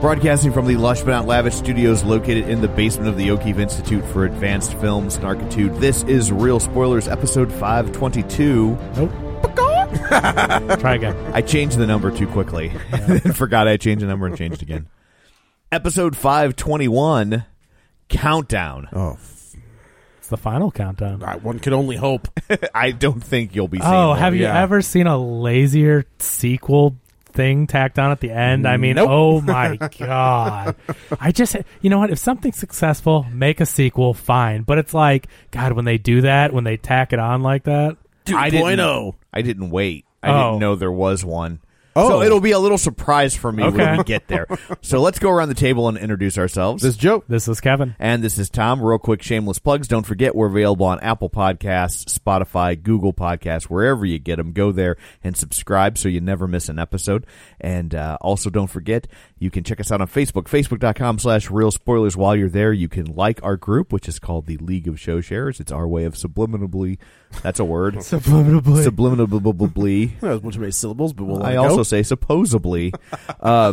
Broadcasting from the lush but not lavish studios located in the basement of the O'Keefe Institute for Advanced Film Snarkitude, this is Real Spoilers, episode 522. Nope. Try again. I changed the number too quickly. and Forgot I changed the number and changed again. episode 521, Countdown. Oh. It's the final countdown. God, one could only hope. I don't think you'll be seeing Oh, that. have you ever seen a lazier sequel thing tacked on at the end? I mean, Nope. oh my god. I just you know what, if something's successful, make a sequel, fine. But it's like, god, when they do that, when they tack it on like that, I didn't, 2.0. I didn't wait. I Oh. didn't know there was one. Oh. So it'll be a little surprise for me when Okay. we get there. so let's go around the table and introduce ourselves. This joke. this is Kevin. And this is Tom. Real quick, shameless plugs. Don't forget, we're available on Apple Podcasts, Spotify, Google Podcasts, wherever you get them. Go there and subscribe so you never miss an episode. And uh, also, don't forget, you can check us out on Facebook, facebook.com slash real spoilers. While you're there, you can like our group, which is called the League of Show Sharers. It's our way of subliminally, that's a word, Subliminally. subliminally. That was a bunch of many syllables, but we'll I let it also go. say supposedly, uh,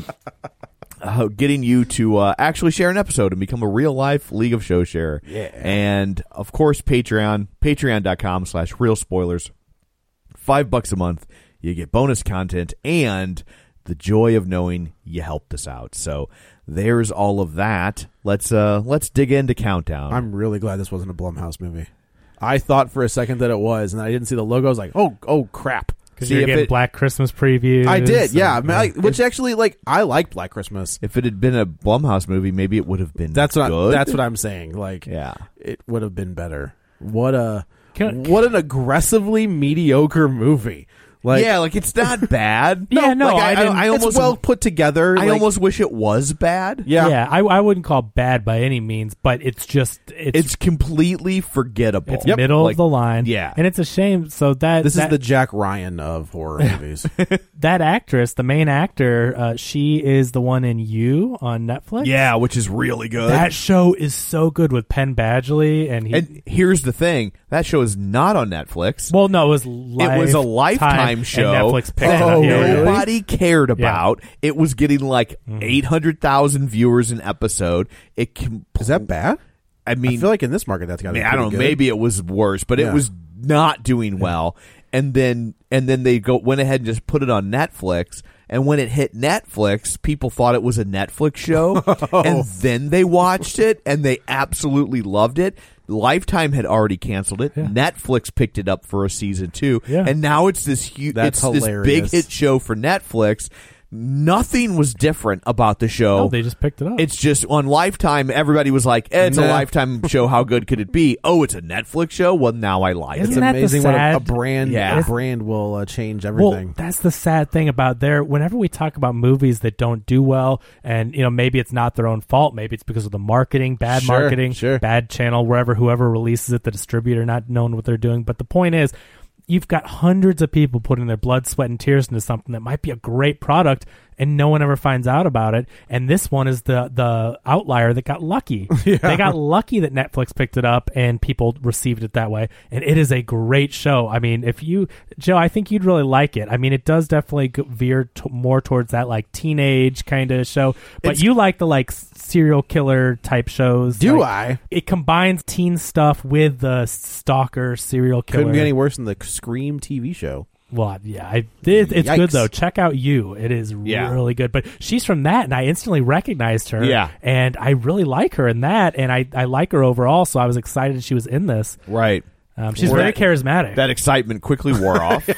uh, getting you to uh, actually share an episode and become a real life League of Show sharer. Yeah. And of course, Patreon, patreon.com slash real spoilers. Five bucks a month. You get bonus content and the joy of knowing you helped us out. So there's all of that. Let's uh let's dig into countdown. I'm really glad this wasn't a Blumhouse movie. I thought for a second that it was, and I didn't see the logo. I was like, oh, oh crap. Because See you're if getting it- Black Christmas previews. I did, yeah. I uh, and- mean, I- which actually, like, I like Black Christmas. if it had been a Blumhouse movie, maybe it would have been That's what I, good. that's what I'm saying. Like, Yeah. it would have been better. What a Can- what an aggressively mediocre movie. Like, yeah, like it's not bad. Yeah, no, like, I didn't- I, it's almost well put together. I like- almost wish it was bad. yeah. yeah, I, I wouldn't call it bad by any means, but it's just it's It's completely forgettable. It's middle Like, of the line. Yeah. And it's a shame. So that This is that, the Jack Ryan of horror movies. that actress, the main actor, uh, she is the one in You on Netflix. yeah, which is really good. That show is so good with Penn Badgley and he and here's the thing: that show is not on Netflix. well no, it was it was a lifetime and show Oh. Netflix picked that it up. Yeah, yeah. Mm-hmm. nobody cared about. It was getting like hundred thousand viewers an episode. It can, is that bad? I I mean, feel like in this market, that's got I, to be mean, I don't pretty know. good. Maybe it was worse, but Yeah. it was not doing well. And then and then they go went ahead and just put it on Netflix. And when it hit Netflix, people thought it was a Netflix show, and then they watched it and they absolutely loved it. Lifetime had already canceled it. Netflix picked it up for a season two, Yeah. and now it's this huge, That's it's this big hilarious. hit show for Netflix. Nothing was different about the show. No, they just picked it up. It's just on Lifetime, everybody was like, eh, it's a Nah. Lifetime show. How good could it be? Oh, it's a Netflix show? Well, now I like it. Isn't It's that the amazing what a- a, sad- brand Yeah. a brand will uh, change well, everything. that's the sad thing about there. Whenever we talk about movies that don't do well, and you know maybe it's not their own fault, maybe it's because of the marketing, bad Sure, marketing, sure. bad channel, wherever whoever releases it, the distributor not knowing what they're doing. But the point is, you've got hundreds of people putting their blood, sweat, and tears into something that might be a great product, and no one ever finds out about it. And this one is the the outlier that got lucky. They got lucky that Netflix picked it up and people received it that way. And it is a great show. I mean, if you Joe, I think you'd really like it. I mean, it does definitely go- veer t- more towards that like teenage kind of show. But It's- you like the like serial killer type shows. Do like- I? It combines teen stuff with the stalker serial killer. Couldn't be any worse than the Scream TV show. Well, yeah, I did. It's Yikes. good though. Check out you. It is Yeah. really good. But she's from that, and I instantly recognized her. Yeah. and I really like her in that, and I I like her overall. So I was excited she was in this. Right. Um, she's Well, very that- charismatic. That excitement quickly wore off.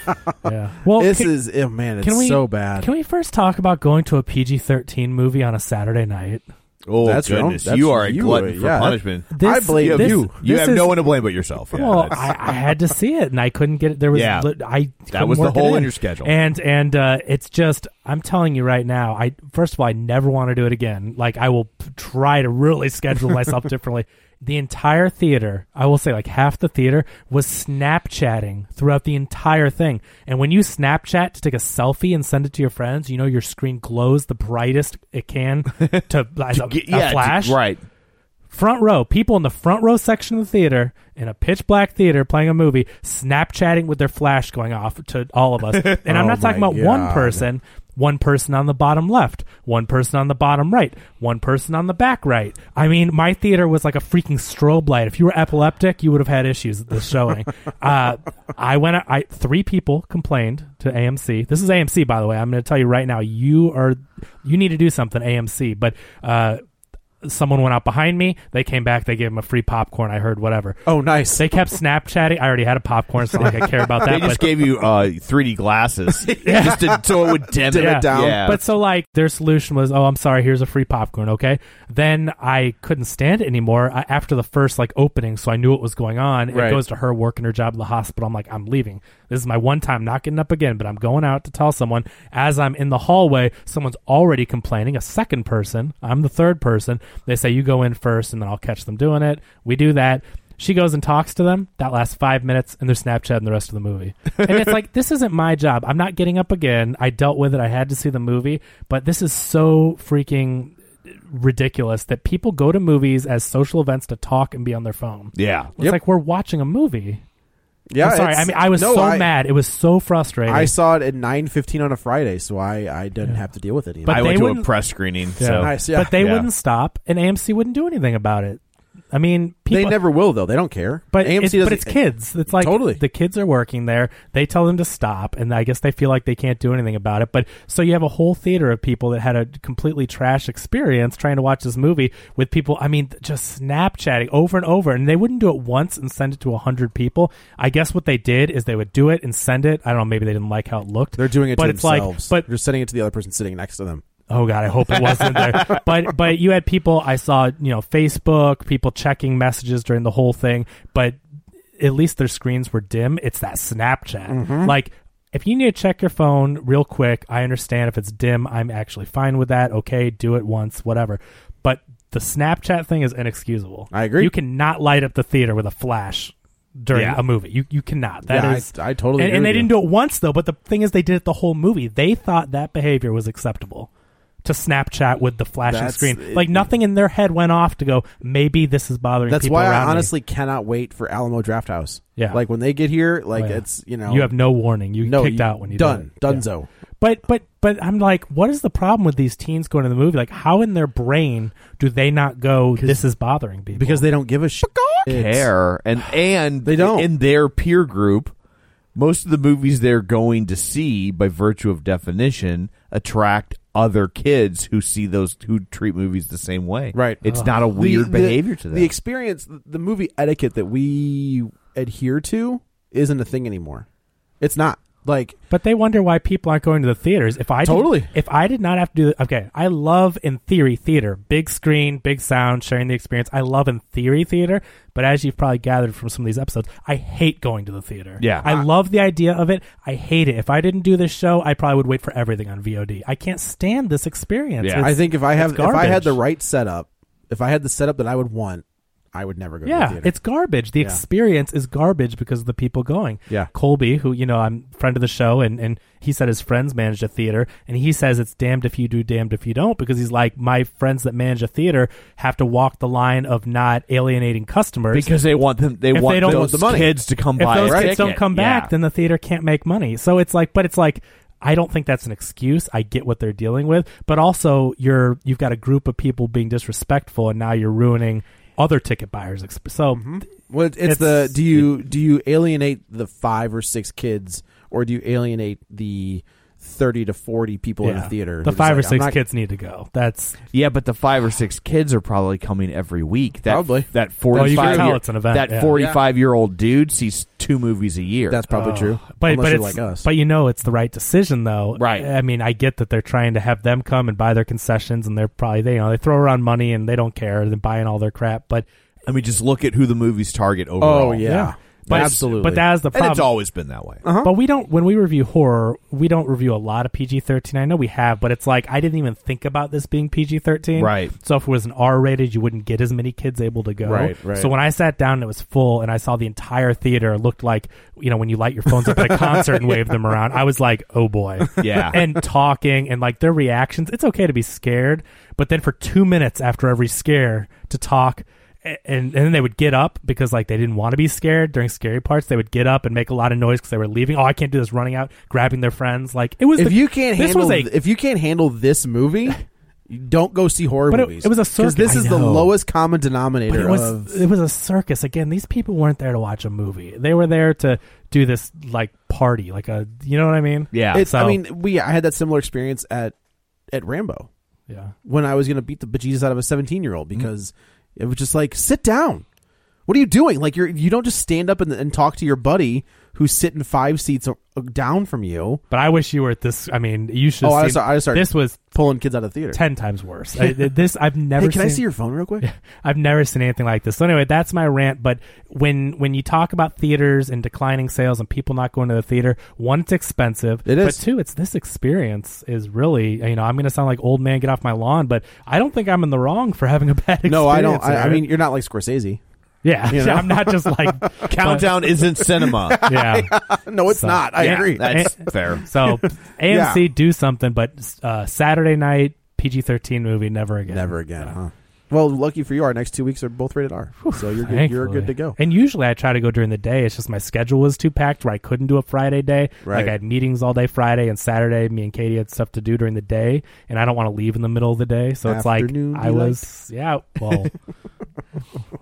yeah. Well, this can, is, oh man, it's can we so bad. Can we first talk about going to a PG thirteen movie on a Saturday night? Oh That's wrong. goodness, That's you are a you, glutton uh, for yeah, that- punishment. This- I blame you. Have, this- you You this have is- no one to blame but yourself. Yeah, well, that's- I, I had to see it, and I couldn't get it. There was Yeah. li- I couldn't was the work it hole in your schedule. and and uh, it's just I'm telling you right now. I first of all, I never want to do it again. Like I will p- try to really schedule myself differently. The entire theater, I will say, like half the theater was Snapchatting throughout the entire thing. And when you Snapchat to take a selfie and send it to your friends, you know your screen glows the brightest it can to as a, Get- a yeah, flash, d- right. front row, people in the front row section of the theater in a pitch black theater playing a movie, Snapchatting with their flash going off to all of us. And I'm Oh not talking my about one God. person, one person on the bottom left, one person on the bottom right, one person on the back right. I mean, my theater was like a freaking strobe light. If you were epileptic, you would have had issues at this showing. uh, I went. I three people complained to AMC. This is AMC, by the way. I'm going to tell you right now. You are you need to do something AMC, but. Uh, someone went out behind me. They came back. They gave him a free popcorn. I heard whatever. Oh, nice. They kept Snapchatting. I already had a popcorn, so like I care about that. They just but, gave you uh, 3D glasses just to, so it would dim Dim it down. Yeah. but so like their solution was, oh, I'm sorry. Here's a free popcorn. Okay. Then I couldn't stand it anymore I, after the first like opening, so I knew what was going on. It Right. goes to her working her job in the hospital. I'm like, I'm leaving. This is my one time. Not getting up again. But I'm going out to tell someone. As I'm in the hallway, someone's already complaining. A second person. I'm the third person. They say you go in first, and then I'll catch them doing it. We do that. She goes and talks to them. That lasts five minutes, and they're Snapchatting the rest of the movie. And it's like, this isn't my job. I'm not getting up again. I dealt with it. I had to see the movie, but this is so freaking ridiculous that people go to movies as social events to talk and be on their phone. yeah. It's like we're watching a movie. yeah, I'm sorry. I it's- mean, I was no, so I- mad. It was so frustrating. I saw it at nine fifteen on a Friday, so I I didn't have to deal with it. Either. But I they went to a wouldn't- press screening. Yeah. So Nice, yeah. But they Yeah. wouldn't stop, and AMC wouldn't do anything about it. I mean, people, they never will though. They don't care. But AMC it's, doesn't- but it's kids. It's like Totally. the kids are working there. They tell them to stop, and I guess they feel like they can't do anything about it. But so you have a whole theater of people that had a completely trash experience trying to watch this movie with people. I mean, th- just Snapchatting over and over, and they wouldn't do it once and send it to hundred people. I guess what they did is they would do it and send it. I don't know. Maybe they didn't like how it looked. They're doing it but to it's themselves. Like, but they're sending it to the other person sitting next to them. Oh God, I hope it wasn't there. But but you had people I saw, you know, Facebook, people checking messages during the whole thing, but at least their screens were dim. It's that Snapchat. Mm-hmm. Like if you need to check your phone real quick, I understand if it's dim, I'm actually fine with that. Okay, do it once, whatever. But the Snapchat thing is inexcusable. I agree. You cannot light up the theater with a flash during Yeah. a movie. You you cannot. That Yeah, I- is- I totally And, agree and they with you. didn't do it once though. But the thing is, they did it the whole movie. They thought that behavior was acceptable to Snapchat with the flashing That's- screen. it- like nothing in their head went off to go. Maybe this is bothering. That's people why I around me." honestly cannot wait for Alamo Drafthouse. Yeah. like when they get here, like Oh, yeah. it's you know you have no warning. You no kicked you- out when you done did it. Yeah. Dunzo. But but but I'm like, what is the problem with these teens going to the movie? Like, how in their brain do they not go? This is bothering people because they don't give a shit. care and and They don't. in their peer group most of the movies they're going to see by virtue of definition attract other kids who see those who treat movies the same way Right. it's not a weird the- behavior to them The experience, the movie etiquette that we adhere to isn't a thing anymore. It's not like But they wonder why people aren't going to the theaters. If I did- Totally. if I did not have to do the, okay, I love in theory theater, big screen, big sound, sharing the experience. I love in theory theater, but as you've probably gathered from some of these episodes, I hate going to the theater. Yeah. I love the idea of it. I hate it. If I didn't do this show, I probably would wait for everything on VOD. I can't stand this experience. Yeah. It's- I think if I it's have if I had the garbage. right setup, if I had the setup that I would want, I would never go to the Yeah, theater. it's garbage. The Yeah. experience is garbage because of the people going. Yeah. Colby, who you know, I'm friend of the show, and and he said his friends managed a theater, and he says it's damned if you do, damned if you don't, because he's like, my friends that manage a theater have to walk the line of not alienating customers because they want them. They If want they don't those want the money. kids to come if by. those a kids don't ticket. come back, Yeah. then the theater can't make money. So it's like, but it's like, I don't think that's an excuse. I get what they're dealing with, but also you're you've got a group of people being disrespectful, and now you're ruining other ticket buyers. exp- So Well, it's, it's the It's- do you do you alienate the five or six kids, or do you alienate the thirty to forty people in yeah. a theater? the who's five or like, I'm six not- kids need to go. That's Yeah, but the five or six kids are probably coming every week. That, Probably. that Well, forty-five. you can tell year- it's an event, That yeah. forty-five year old dude sees two movies a year. That's probably true. But unless but you're it's like us. but you know it's the right decision though. Right. I mean, I get that they're trying to have them come and buy their concessions, and they're probably they you know they throw around money and they don't care. They're buying all their crap, but I mean, just look at who the movies target overall. oh yeah, But- absolutely. But that's the and problem. Uh-huh. it's always been that way. Uh-huh. But we don't when we review horror, we don't review a lot of PG thirteen. I know we have, but it's like I didn't even think about this being PG thirteen. Right. So if it was an R rated, you wouldn't get as many kids able to go. Right, right. So when I sat down and it was full and I saw the entire theater looked like you know, when you light your phones up at a concert and wave them around, I was like, Oh boy. Yeah. and talking and like their reactions. It's okay to be scared, but then for two minutes after every scare to talk. a- And, and then they would get up because like they didn't want to be scared during scary parts. They would get up and make a lot of noise because they were leaving. Oh, I can't do this! Running out, grabbing their friends. Like it was. if the- you can't this handle was a th- if you can't handle this movie, you don't go see horror But it- movies. it was a because this circus- is I the know. lowest common but denominator it was of it was a circus again. These people weren't there to watch a movie. They were there to do this like party, like a you know what I mean? Yeah. It's, I So- mean, we I had that similar experience at at Rambo yeah. when I was going to beat the bejesus out of a seventeen year old Mm. because it was just like sit down. What are you doing? Like you're you don't just stand up and, and talk to your buddy who's sitting five seats o- down from you, But I wish you were at this. I mean, you should. Oh, have I seen- saw- I saw- This was pulling kids out of the theater. ten times worse. I, this I've never. hey, can I seen- see your phone real quick? I've never seen anything like this. So anyway, that's my rant. But when when you talk about theaters and declining sales and people not going to the theater, one, it's expensive. It is. But two, it's this experience is really you know I'm going to sound like old man get off my lawn, but I don't think I'm in the wrong for having a bad experience. No, I don't. I, I Aaron. mean, you're not like Scorsese. yeah, you know? I'm not just like but- Countdown isn't cinema. yeah. no, it's So- not. I Yeah. agree. That's fair. So AMC do something, but uh, Saturday night PG-13 movie never again. Never again, huh? Well, lucky for you, our next two weeks are both rated R, so you're good, Thankfully. you're good to go. And usually I try to go during the day. It's just my schedule was too packed where I couldn't do a Friday day. Right. Like I had meetings all day Friday and Saturday. Me and Katie had stuff to do during the day, and I don't want to leave in the middle of the day. So it's like Afternoon I was yeah. Well,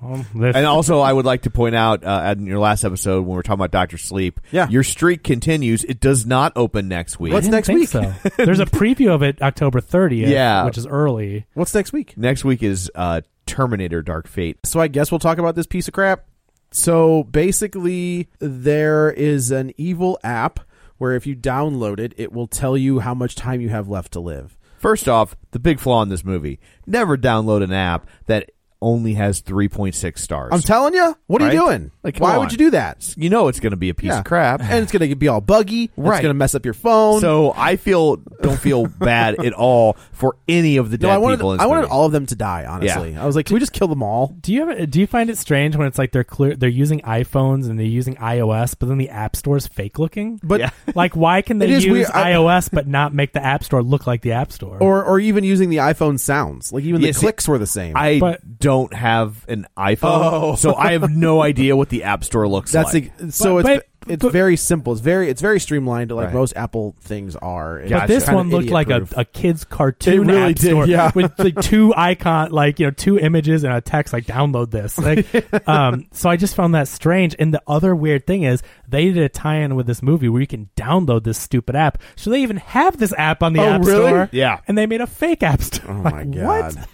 um, this- And also, I would like to point out uh, in your last episode when we were talking about Doctor Sleep, Yeah. your streak continues. It does not open next week. I What's didn't next think week? So. There's a preview of it October 30th, Yeah. which is early. What's next week? next week is uh, Terminator: Dark Fate. So I guess we'll talk about this piece of crap. So basically, there is an evil app where if you download it, it will tell you how much time you have left to live. First off, the big flaw in this movie: never download an app that only has three point six stars. I'm telling you, what are you Right? doing? Like, come Why on. would you do that? you know it's going to be a piece Yeah. of crap. and it's gonna be all buggy. Right. It's gonna mess up your phone. so I feel don't feel bad at all for any of the dead no, I wanted people. In this I wanted movie. all of them to die. Honestly, I was like, can we just kill them all? Do you ever, do you find it strange when it's like they're clear they're using iPhones and they're using iOS, but then the App Store is fake looking? But Like, why can they It is use weird. I- iOS but not make the App Store look like the App Store? or or even using the iPhone sounds, like even Yeah, the see, clicks were the same. I But- don't have an iPhone, Oh. so I have no idea what the App Store looks That's like. ex- so But- it's but- it's but- very simple. It's very it's very streamlined, like Right. most Apple things are. It's But this kinda one looked like a, idiot-proof. a kid's cartoon It really app did, store yeah. with like two icon, like you know, two images and a text like download this. Like, um, so I just found that strange. And the other weird thing is they did a tie-in with this movie where you can download this stupid app. So they even have this app on the Oh, app really? store. Yeah. and they made a fake app store. Oh Like, my What? god!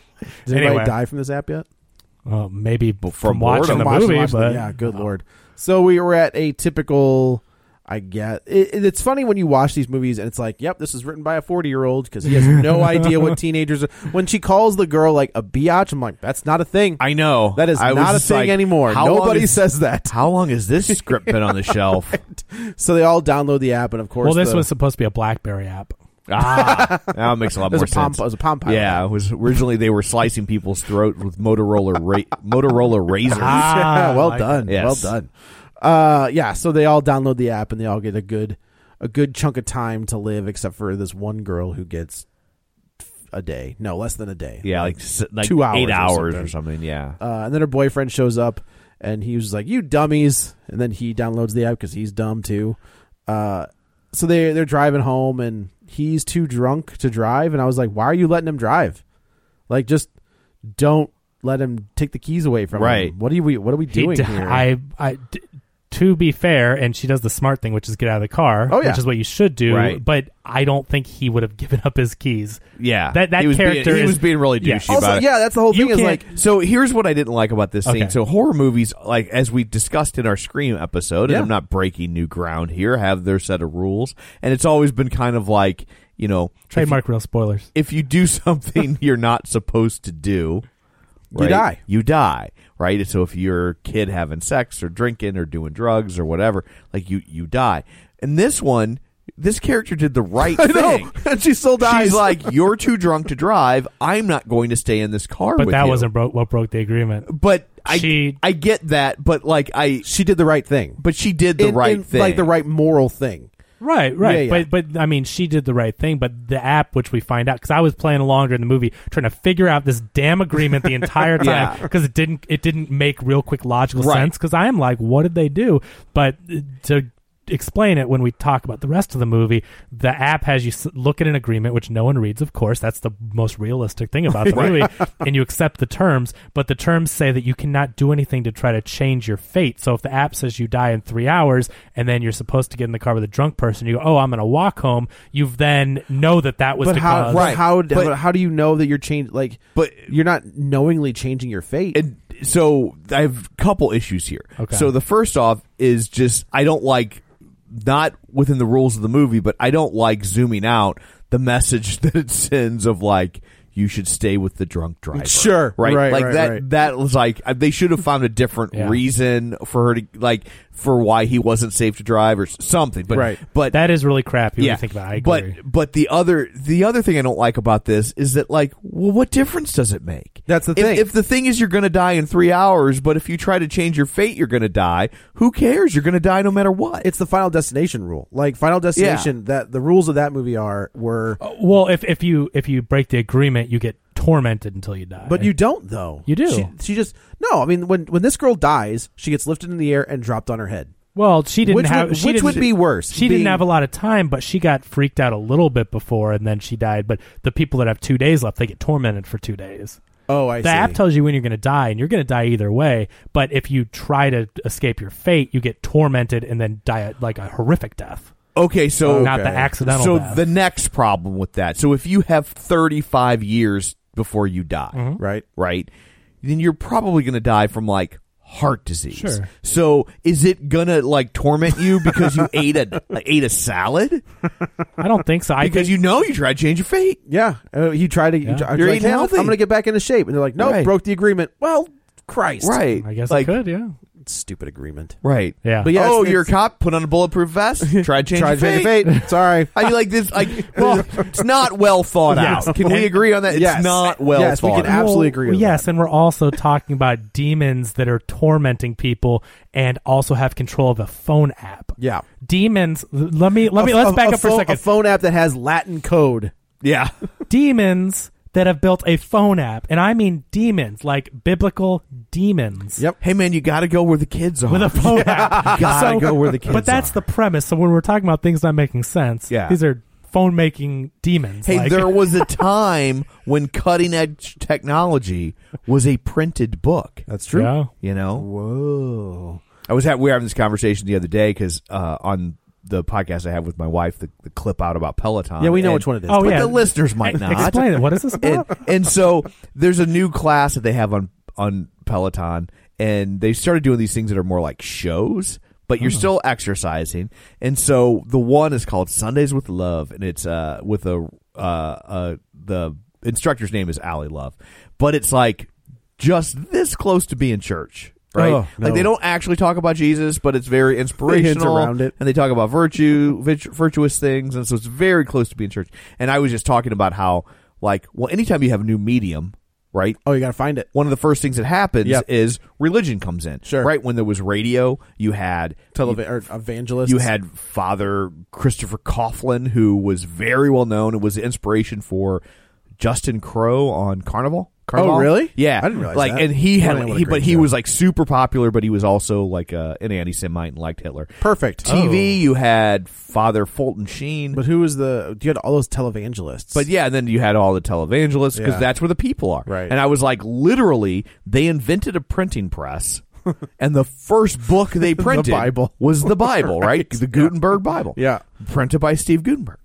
Did anybody Anyway. die from this app yet? Well, maybe from, from watching boredom. the Watching- movie, watching- but yeah, good lord. So we were at a typical. I guess it, it- it's funny when you watch these movies and it's like, yep, this is written by a forty-year-old because he has no idea what teenagers. are. When she calls the girl like a biatch, I'm like, that's not a thing. I know That is I was not a just thing like, anymore. how long Nobody is- says that. How long has this script been on the shelf? So they all download the app, and of course, Well, this the- was supposed to be a BlackBerry app. Ah, that makes a lot It was more a pom- sense. it was a pom pom. Yeah, it was originally they were slicing people's throat with Motorola ra- Motorola razors. Yeah, Ah, well I like done. it. Well Ah, Yes. done. Uh, yeah. So they all download the app and they all get a good, a good chunk of time to live, except for this one girl who gets a day, no less than a day. Yeah, like, s- like Two hours eight or hours something. or something. Yeah, Uh, and then her boyfriend shows up and he was like, "You dummies!" And then he downloads the app because he's dumb too. Uh, so they they're driving home and he's too drunk to drive. And I was like, "Why are you letting him drive? Like, just don't." Let him take the keys away from Right. him. What are we? What are we He doing d- here? I, I- d- to be fair, and she does the smart thing, which is get out of the car. Oh, yeah. which is what you should do. Right. But I don't think he would have given up his keys. yeah. That- that he was character being, he is- was being really Yeah. douchey Also, about it. yeah, that's the whole You thing. Is can't- like so here's what I didn't like about this Okay. scene. So horror movies, like as we discussed in our Scream episode, Yeah. and I'm not breaking new ground here, have their set of rules, and it's always been kind of like you know, Trademark real spoilers. if you do something you're not supposed to do, right, die. You die, right? So if you're a kid having sex or drinking or doing drugs or whatever, like you you die. And this one, this character did the right thing. and she still dies. She's like, "You're too drunk to drive. I'm not going to stay in this car." But with that you." wasn't bro- what broke the agreement. But I She- I get that. But like I, she did the right thing, but she did the In- right in, thing, like the right moral thing. Right, right. Yeah, yeah. But but I mean, she did the right thing. But the app, which we find out, because I was playing along during the movie, trying to figure out this damn agreement the entire time, Yeah. because it didn't it didn't make real quick logical Right. sense. Because I am like, what did they do? But uh, to explain it when we talk about the rest of the movie, the app has you s- look at an agreement which no one reads. Of course, that's the most realistic thing about the movie, and you accept the terms. But the terms say that you cannot do anything to try to change your fate. So if the app says you die in three hours, and then you're supposed to get in the car with a drunk person, you go, "Oh, I'm going to walk home." You've then know that that was But to how? cause- Right. How? But- how do you know that you're changing? Like, But- you're not knowingly changing your fate. and so I have a couple issues here. Okay. So the first off is just I don't like not within the rules of the movie, but I don't like zooming out the message that it sends of like you should stay with the drunk driver. Sure. right, Right, like right, that. right. That was like uh, they should have found a different Yeah. reason for her to like for why he wasn't safe to drive or s- something. But Right. but That is really crappy when you think about it. I agree. But but the other the other thing I don't like about this is that like, well, what difference does it make? That's the If- thing. If the thing is you're going to die in three hours, but if you try to change your fate, you're going to die. Who cares? You're going to die no matter what. it's the Final Destination rule. Like Final Destination, that the rules of that movie are were, well, if if you if you break the agreement, you get tormented until you die. but you don't though. You do. She, she just no. I mean, when when this girl dies, she gets lifted in the air and dropped on her head. Well, she didn't Which have. would- she which didn't- would be worse, She being- didn't have a lot of time, but she got freaked out a little bit before, and then she died. But the people that have two days left, they get tormented for two days. Oh, I the app tells you when you're going to die, and you're going to die either way. But if you try to escape your fate, you get tormented and then die a, like a horrific death, okay, so Oh, not the accidental. so death. the next problem with that. So if you have 35 years before you die, Mm-hmm. right. right? Then you're probably going to die from like heart disease. Sure. So is it going to like torment you because you ate a ate a salad? I don't think so. I because you think, know you try to change your fate. Yeah, uh, he tried to. He tried, You're like, eating "Hey, I'm healthy." gonna get back into shape, and they're like, "Nope, Right. broke the agreement." Well, Christ, Right. I guess like, I could. Yeah. Stupid agreement. Right. Yeah. But yeah, oh, it's- you're a it's- cop. Put on a bulletproof vest. Try to change, Tried your, to fate. change your fate. Sorry. I mean, like this. Like, well, it's not well thought Yes. out. Can we agree on that? Yes. It's not well Yes, we thought can out. absolutely agree with yes, and we're also talking about demons that are tormenting people and also have control of a phone app. Yeah. demons. l- Let me let me A- let's a- back a up for phone- a second. A phone app that has Latin code. yeah. demons that have built a phone app, and I mean demons like biblical demons. Yep. Hey, man, you got to go where the kids are. With a phone app, Gotta So- go where the kids But that's are. the premise. So when we're talking about things not making sense, Yeah. these are phone making demons. Hey, like- there was a time when cutting edge technology was a printed book. That's Yeah. You know, Whoa. I was at, we were having this conversation the other day because uh, on the podcast I have with my wife, the, the clip out about Peloton. Yeah, we know and- which one it is. Oh, but yeah. the listeners might not Explain it. What is this and about? and so there's a new class that they have on on Peloton, and they started doing these things that are more like shows, but Oh. you're still exercising. And so the one is called Sundays with Love, and it's uh with a uh, uh the instructor's name is Allie Love, but it's like just this close to being church. right? Oh, Like no. they don't actually talk about Jesus, but it's very inspirational around it. and they talk about virtue, virt- virtuous things, and so it's very close to being church. And I was just talking about how, like, well, anytime you have a new medium, right? Oh, you got to find it. one of the first things that happens Yep. is religion comes in. Sure. Right when there was radio, you had Telev- or evangelist. you had Father Christopher Coughlin, who was very well known and was the inspiration for Justin Crow on Carnival. Carnival? Oh, really? Yeah, I didn't realize like, that. and he had, Man, what a he, great but he show. was like super popular, but he was also like uh, an anti-Semite and liked Hitler. perfect TV, you had Father Fulton Sheen, Oh. But who was the? You had all those televangelists. but yeah, and then you had all the televangelists because Yeah. that's where the people are. Right. And I was like, literally, they invented a printing press, and the first book they The printed Bible. was the Bible, right? Right. The Gutenberg Bible. Yeah. Printed by Steve Gutenberg.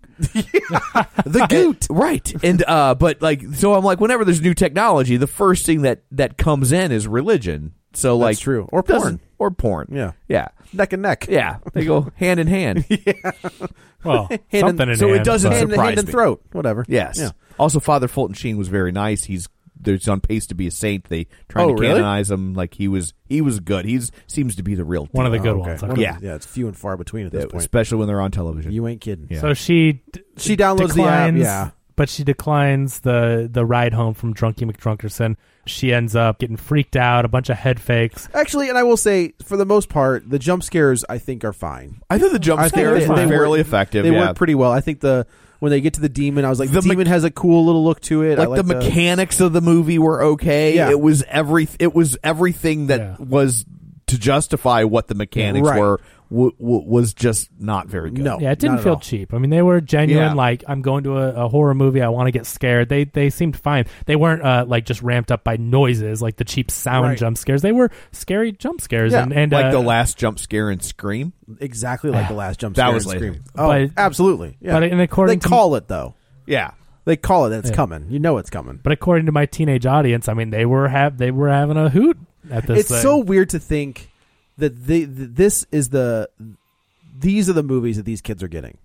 the Goot. right. And uh but like so I'm like, whenever there's new technology, the first thing that that comes in is religion. So That's like true. Or doesn't- porn. Or porn. Yeah. Yeah. neck and neck. Yeah. They go hand in hand. Well, and- Oh, something in so it hand, doesn't but- hand, surprise hand and me. throat. Whatever. Yes. Yeah. Also, Father Fulton Sheen was very nice. He's there's on pace to be a saint. They tried Oh, to really? canonize him. Like he was, he was good. He's seems to be the real one of the deal. good Oh, Okay. ones. One okay. of the- Yeah. yeah. It's few and far between at this point. especially when they're on television. you ain't kidding. Yeah. So she d- She downloads the app, declines, yeah. but she declines the the ride home from Drunky McDrunkerson. She ends up getting freaked out, a bunch of head fakes. Actually, and I will say, for the most part, the jump scares I think are fine. I thought the jump I think scares they- were they work- fairly effective. They yeah. work pretty well. I think the when they get to the demon, I was like, The the mech- demon has a cool little look to it. I like, the, mechanics of the movie were okay. Yeah. It was every it was everything that Yeah. was to justify what the mechanics Right. were w- w- was just not very good. No. Yeah, it didn't Oh, Not at feel all. cheap. I mean, they were genuine. Yeah. Like, I'm going to a, a horror movie. I want to get scared. They they seemed fine. They weren't uh, like just ramped up by noises, like the cheap sound Right. jump scares. They were scary jump scares. Yeah, and, and like uh, the last jump scare and scream. exactly like the last jump That scare. was and lazy. scream. Oh, Ah, But- absolutely. Yeah. but in according they to- call it though. Yeah, They call it. that It's coming. You know it's coming. But according to my teenage audience, I mean, they were have they were having a hoot at this. it's thing. so weird to think that they, th this is the these are the movies that these kids are getting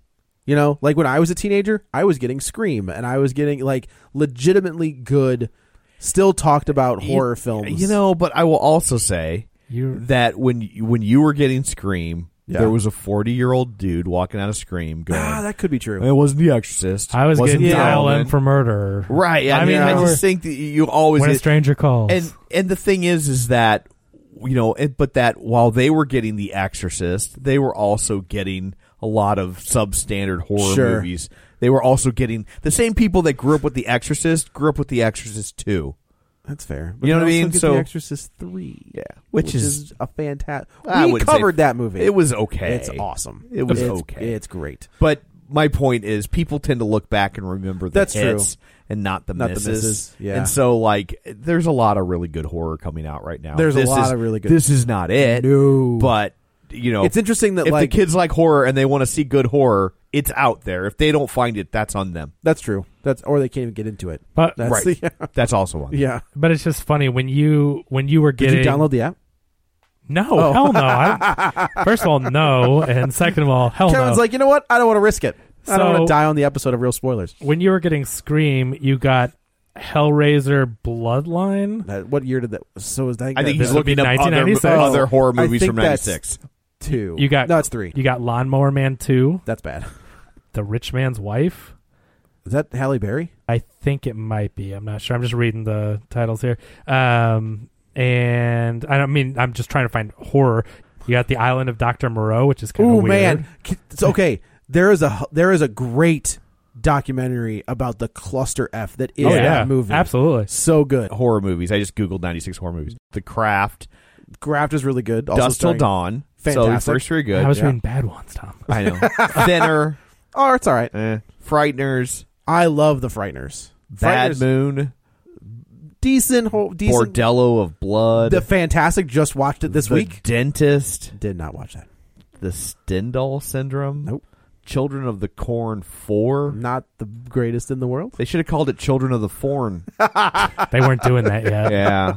you know like when i was a teenager i was getting scream and i was getting like legitimately good still talked about horror films You know, but I will also say You're- that when you, when you were getting Scream, Yeah. there was a forty year old dude walking out of Scream going, ah, that could be true "It wasn't The Exorcist. I was wasn't getting Dollman." dial in for murder. right. I I mean, mean, I there just think that you always When a stranger calls. and and the thing is, is that you know, it, but that while they were getting The Exorcist, they were also getting a lot of substandard horror Sure. movies. They were also getting the same people that grew up with The Exorcist grew up with The Exorcist too. that's fair You know what I we also mean? get So- the exorcist 3 Yeah, which which is- is, a fantastic I we wouldn't say- covered that movie It was okay. it's awesome It was It's- okay. it's great But my point is, people tend to look back and remember the That's true. hits and not the Not the misses. misses, yeah. And so, like, there's a lot of really good horror coming out right now. There's a This lot is- of really good- This is not it. No. But you know, It's interesting that, if like- the kids like horror and they want to see good horror, it's out there. If they don't find it, that's on them. that's true that's or they can't even get into it But- that's right. the, That's also on. them. yeah But it's just funny when you when you were did getting you download the app no hell no I, first of all no and second of all hell Oh, Kevin's no like, you know what? I don't want to risk it. I So- don't want to die on the episode of Real Spoilers. when you were getting Scream you got Hellraiser Bloodline That- what year did that? So is that? I think that- he's would looking be up other, 1996. other horror I movies think from that's '96. two. you got no, it's three. you got Lawnmower Man two that's bad. The Rich Man's Wife Is that Halle Berry? I think it might be. I'm not sure. I'm just reading the titles here. Um, and I don't mean I'm just trying to find horror. You got the Island of Doctor Moreau, which is kind of Oh weird. man, K- it's okay. There is a there is a great documentary about the cluster F that is Oh, yeah. that movie. Absolutely. so good. Horror movies. I just googled '96 horror movies. The Craft, Graft is really good. Also Dust Till starring- Dawn. So Fantastic. first three good. I was Yeah. reading bad ones, Tom. I know. Thinner. Oh, it's all right. Eh. Frighteners, I love the Frighteners. Bad Frighteners, Moon, decent, whole, decent. Bordello of Blood, The Fantastic just watched it this The week. Dentist, Did not watch that. The Stendhal Syndrome, Nope. Children of the Corn Four. Not the greatest in the world. They should have called it Children of the Forn. They weren't doing that yet. yeah,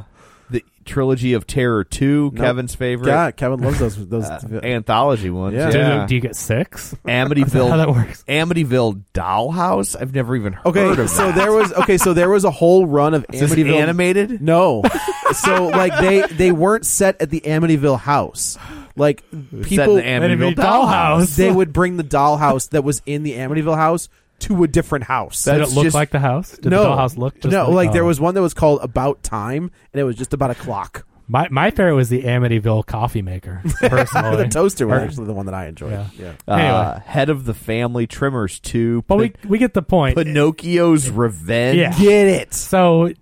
the trilogy of Terror Two, Nope. Kevin's favorite God, Kevin loves those those uh, anthology ones. Yeah. Do, Yeah. do you get six? Amityville. How that works? Amityville Dollhouse. I've never even heard Okay, of so that. there was okay, so there was a whole run of Is this Amityville animated? No, so like they they weren't set at the Amityville house. Like Set in people, the Amityville Amityville Dollhouse. Dollhouse. they would bring the dollhouse that was in the Amityville house to a different house. Did it That's look just- like the house? Did no the dollhouse look just no like, there oh. was one that was called About Time, and it was just about a clock. my my favorite was the Amityville coffee maker. Personally, the toaster was Or- actually the one that I enjoyed. Oh, Yeah. yeah. Uh, Anyway. Head of the Family, Trimmers Two, but we Pin- we get the point. Pinocchio's Revenge. Yeah. Get it? So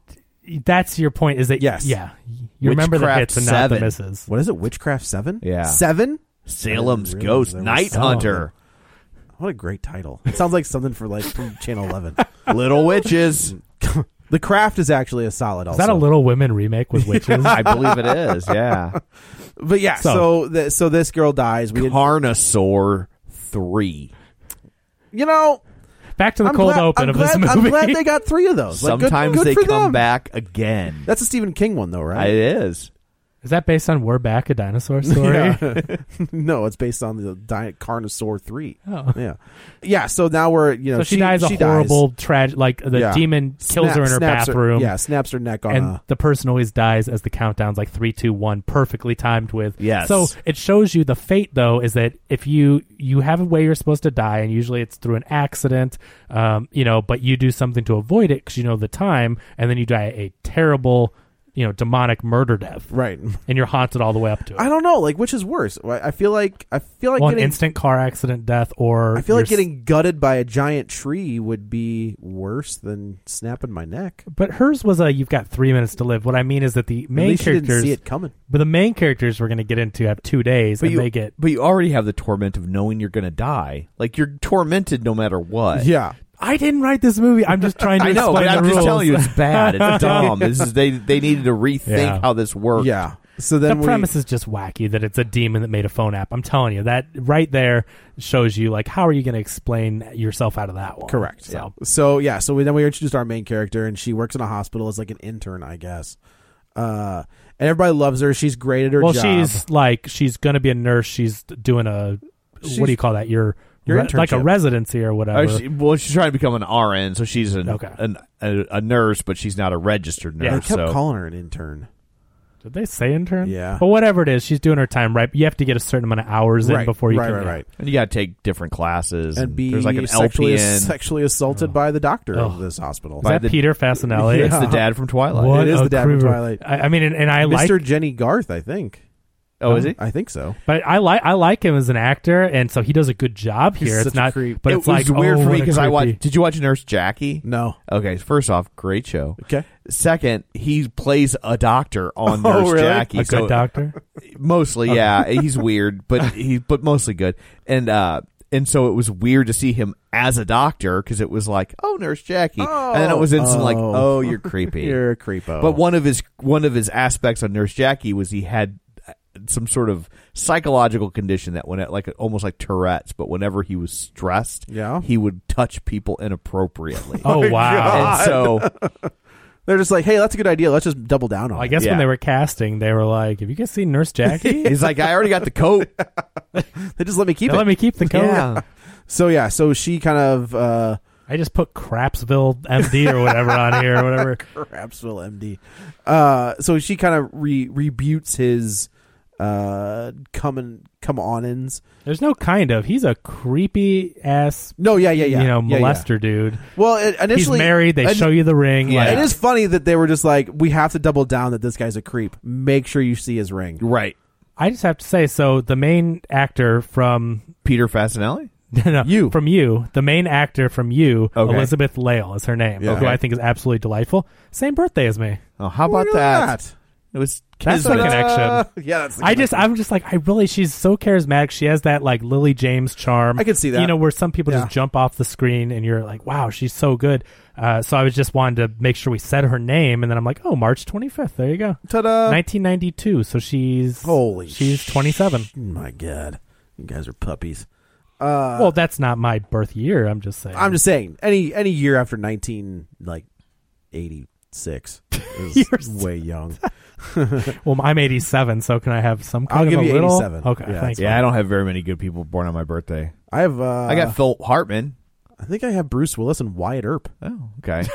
t- that's your point. Is that Yes. Yeah, you remember the Witchcraft hits and not Seven. the misses. What is it? Witchcraft Seven? Yeah. Seven. Salem's I didn't realize Ghost, there was Night seven. Hunter, What a great title! It sounds like something for like from Channel Eleven. Little Witches. The Craft is actually a solid. Is Also, that a Little Women remake with witches? I believe it is. Yeah, But yeah, so So- so, th- so this girl dies. We, didn't- Carnosaur Three. you know, Back to the I'm cold glad, open I'm of glad, this movie. I'm glad they got three of those. Like, good- Sometimes good they for come them. back again. That's a Stephen King one, though, right? It is. Is that based on We're Back, a dinosaur story? no, it's based on the Di- Carnosaur three. Oh. Yeah, yeah. So now we're you know So she, dies a she horrible tragic. Like the Yeah. demon kills Snap- her in her snaps bathroom. yeah, snaps her neck on. and a, the person always dies as the countdown's like three, two, one, perfectly timed with. Yes. So it shows you the fate though is that if you you have a way you're supposed to die, and usually it's through an accident, um, you know, but you do something to avoid it because you know the time, and then you die a terrible, you know, demonic murder death, right. and you're haunted all the way up to it. I don't know, like which is worse. I I feel like I feel like well, an getting instant car accident death, or I feel like you're s- getting gutted by a giant tree would be worse than snapping my neck. But hers was a you've got three minutes to live. What I mean is that the At main least you didn't characters, see it coming. but the main characters we're going to get into have two days, But and you, they get but you already have the torment of knowing you're going to die. Like you're tormented no matter what. Yeah, I didn't write this movie. I'm just trying to I know, but explain I'm the just rules. telling you, it's bad. It's dumb. This is, they they needed to rethink Yeah. how this worked. yeah. So the then we- premise is just wacky that it's a demon that made a phone app. I'm telling you, that right there shows you like how are you going to explain yourself out of that one? Correct. So So yeah, so we, then we introduced our main character, and she works in a hospital as like an intern, I guess. Uh, and everybody loves her. She's great at her well, job. she's like she's going to be a nurse. She's doing a what do you call that? Your Your re- like a internship. Oh, residency or whatever. Or she- well, she's trying to become an RN, so she's an, Okay. an a, a nurse, but she's not a registered Yeah. They nurse. kept so calling her an intern. Did they say intern? Yeah. But whatever it is, she's doing her time right. You have to get a certain amount of hours in right before you right, can right, right, and you got to take different classes. and be there's like an sexually LPN. sexually assaulted by the doctor of Ugh. this hospital. Is Oh. By that the- Peter Fasinelli? It's the dad from Twilight. What It is a the dad from crew. Twilight. I, I mean, and, and I like Mr. Jenny Garth, I think. Oh, is he? I think so. But I like I like him as an actor, and so he does a good job He's here. such It's a not, creep. but it it's like was weird oh, for me because I watched. Did you watch Nurse Jackie? No. Okay, first off, great show. Okay. Second, he plays a doctor on Oh, Nurse really? Jackie. a so good Oh doctor. mostly, yeah, he's weird, but he but mostly good. And uh and so it was weird to see him as a doctor because it was like, oh, Nurse Jackie, and then it was instant like, Oh. oh, you're creepy, You're a creepo. But one of his one of his aspects on Nurse Jackie was he had uh, some sort of psychological condition that when it like almost like Tourette's, but whenever he was stressed, Yeah. he would touch people inappropriately. Oh wow! And so They're just like, hey, that's a good idea. Let's just double down on I it. guess Yeah. when they were casting, they were like, "Have you guys seen Nurse Jackie? he's like, I already got the coat. They just let me keep They it. let me keep the code." Yeah. so yeah, so she kind of uh I just put Crapsville MD or whatever on here, or whatever. Rapsville MD. Uh so she kind of re- rebutes his uh come and come on ins. There's no kind of. He's a creepy ass, No, yeah, yeah, yeah. you know, Yeah, yeah. molester dude. Well, it, initially He's married. They in- show you the ring. Yeah. like- It is funny that they were just like, we have to double down that this guy's a creep. Make sure you see his ring. right, I just have to say, so the main actor from Peter Fasinelli. No, no, You. from you, the main actor from you, Okay. Elizabeth Lale is her name, Yeah. who I think is absolutely delightful. Same birthday as me. Oh, how about Look that? at It was That's the Kismet. connection. Yeah, that's. the I just, connection. I'm just like, I really, she's so charismatic. She has that like Lily James charm. I could see that. You know, where some people Yeah. just jump off the screen and you're like, wow, she's so good. Uh, so I was just wanting to make sure we said her name, and then I'm like, oh, March 25th. There you go. Ta-da. 1992. So she's Uh, Holy she's 27. Oh my god, you guys are puppies. well, that's not my birth year. I'm just saying. I'm just saying, any any year after nineteen like eighty six. It was You're way young. Well, I'm 87, so can I have some kind I'll of give a you little? 87. Okay, Yeah, thanks. Yeah, I don't have very many good people born on my birthday. I have. Uh, I got Phil Hartman. I think I have Bruce Willis and Wyatt Earp. Oh, okay.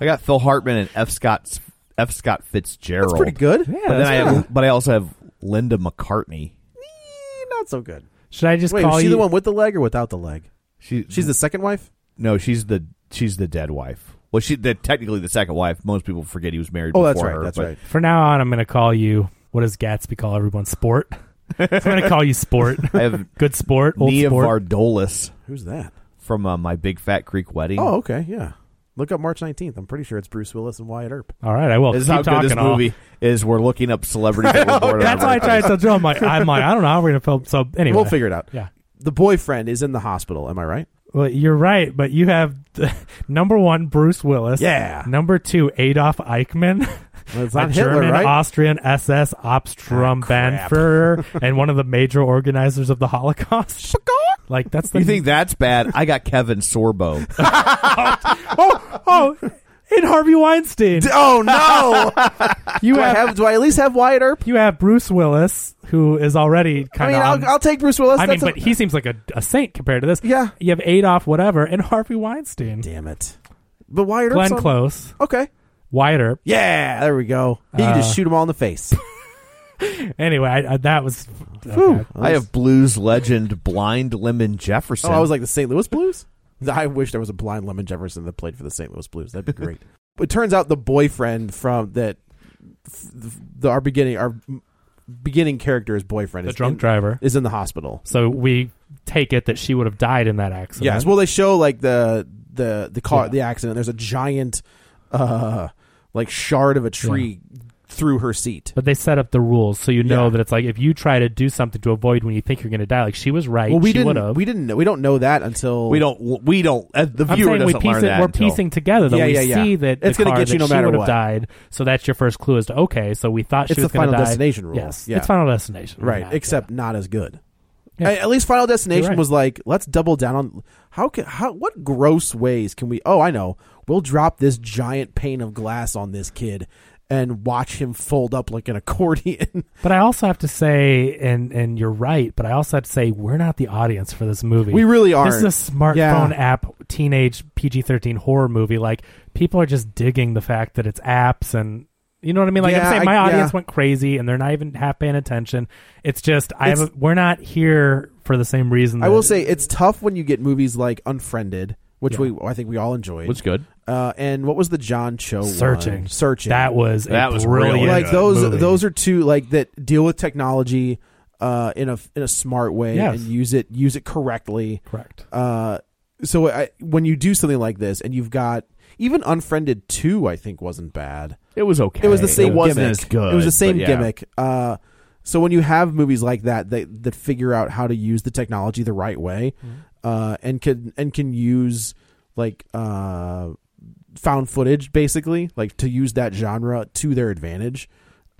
I got Phil Hartman and F. Scott F. Scott Fitzgerald. That's pretty good. Yeah, But then I have, but I also have Linda McCartney. not so good. Should I just Wait, call was she you? the one with the leg or without the leg? She She's the second wife. no, she's the she's the dead wife. Well, she the technically the second wife. Most people forget he was married. Oh, before that's right. her, that's but- right. For now on, I'm going to call you. What does Gatsby call everyone? Sport. I'm going to call you Sport. I have Good sport. Old Nia sport. Vardolis Who's that? from uh, my Big Fat Creek Wedding. Oh, okay, yeah. Look up March nineteenth. I'm pretty sure it's Bruce Willis and Wyatt Earp. All right, I will. this is Keep how good talking. this I'll- movie is. We're looking up celebrities that were born. on That's our why I tried birthdays. to tell Joe. I'm like, I'm like, I don't know how we're going to film. So anyway, We'll figure it out. Yeah. The boyfriend is in the hospital. Am I right? Well, you're right, but you have number one Bruce Willis. Yeah. Number two Adolf Eichmann. Well, it's a not Hitler, German right? Austrian SS Ah, Obsturmbannführer and one of the major organizers of the Holocaust. like that's the You think that's bad? I got Kevin Sorbo. oh oh in Harvey Weinstein. Oh no! You do I have, have? Do I at least have Wyatt Earp? you have Bruce Willis who is already I kind mean, of I'll, I'll take Bruce Willis. I mean, That's but a- he seems like a, a saint compared to this. Yeah. You have Adolf whatever and Harvey Weinstein. Damn it! But Wyatt Glenn Earp's on- Close, Okay. Wyatt Earp. Yeah, there we go. He can Uh, just shoot him all in the face. Anyway, I, I, that was Whew. I have blues legend Blind Lemon Jefferson. Oh, I was like the St. Louis Blues. I wish there was a blind Lemon Jefferson that played for the St. Louis Blues. That'd be great. But it turns out the boyfriend from that, the, the our beginning our beginning character's boyfriend the is drunk in, driver. is in the hospital. So we take it that she would have died in that accident. Yes. Well, they show like the the the car Yeah. the accident. There's a giant, uh, like shard of a tree through her seat. But they set up the rules so you know Yeah. that it's like if you try to do something to avoid when you think you're going to die, like she was right. Well, we she didn't. would have. We didn't. Know, we don't know that until we don't. We don't. Uh, the I'm viewer saying we doesn't piece learn it, that. we're until- piecing together that Yeah, we yeah, yeah. see that It's the gonna car get you that no she matter would have what. died. So that's your first clue as to okay. So we thought she It's was the going to Final die. Destination rule. Yes, Yeah. it's Final Destination. right. Yeah. except not as good. Yeah. A- At least Final Destination You're right. was like, let's double down on how can how what gross ways can we? Oh, I know. We'll drop this giant pane of glass on this kid and watch him fold up like an accordion. But I also have to say, and and you're right. But I also have to say, we're not the audience for this movie. We really This is aren't. a smartphone app teenage PG-13 horror movie. Like people are just digging the fact that it's apps and. You know what I mean? Like Yeah, I'm saying, I- my audience yeah. went crazy, and they're not even half paying attention. It's just I It's- have. A, we're not here for the same reason. I will that- say it's tough when you get movies like Unfriended, which Yeah. we I think we all enjoyed. What's good? Uh, and what was the John Cho one? searching, Searching. That was a That was brilliant really like good those movie. those are two like that deal with technology uh, in a in a smart way Yes. and use it use it correctly. correct. Uh, so I, when you do something like this and you've got even unfriended 2 i think wasn't bad It was okay. it was the same It wasn't gimmick as good. it was the same but yeah. gimmick uh, so when you have movies like that that, that figure out how to use the technology the right way Mm-hmm. uh, and can and can use like uh, found footage basically like to use that genre to their advantage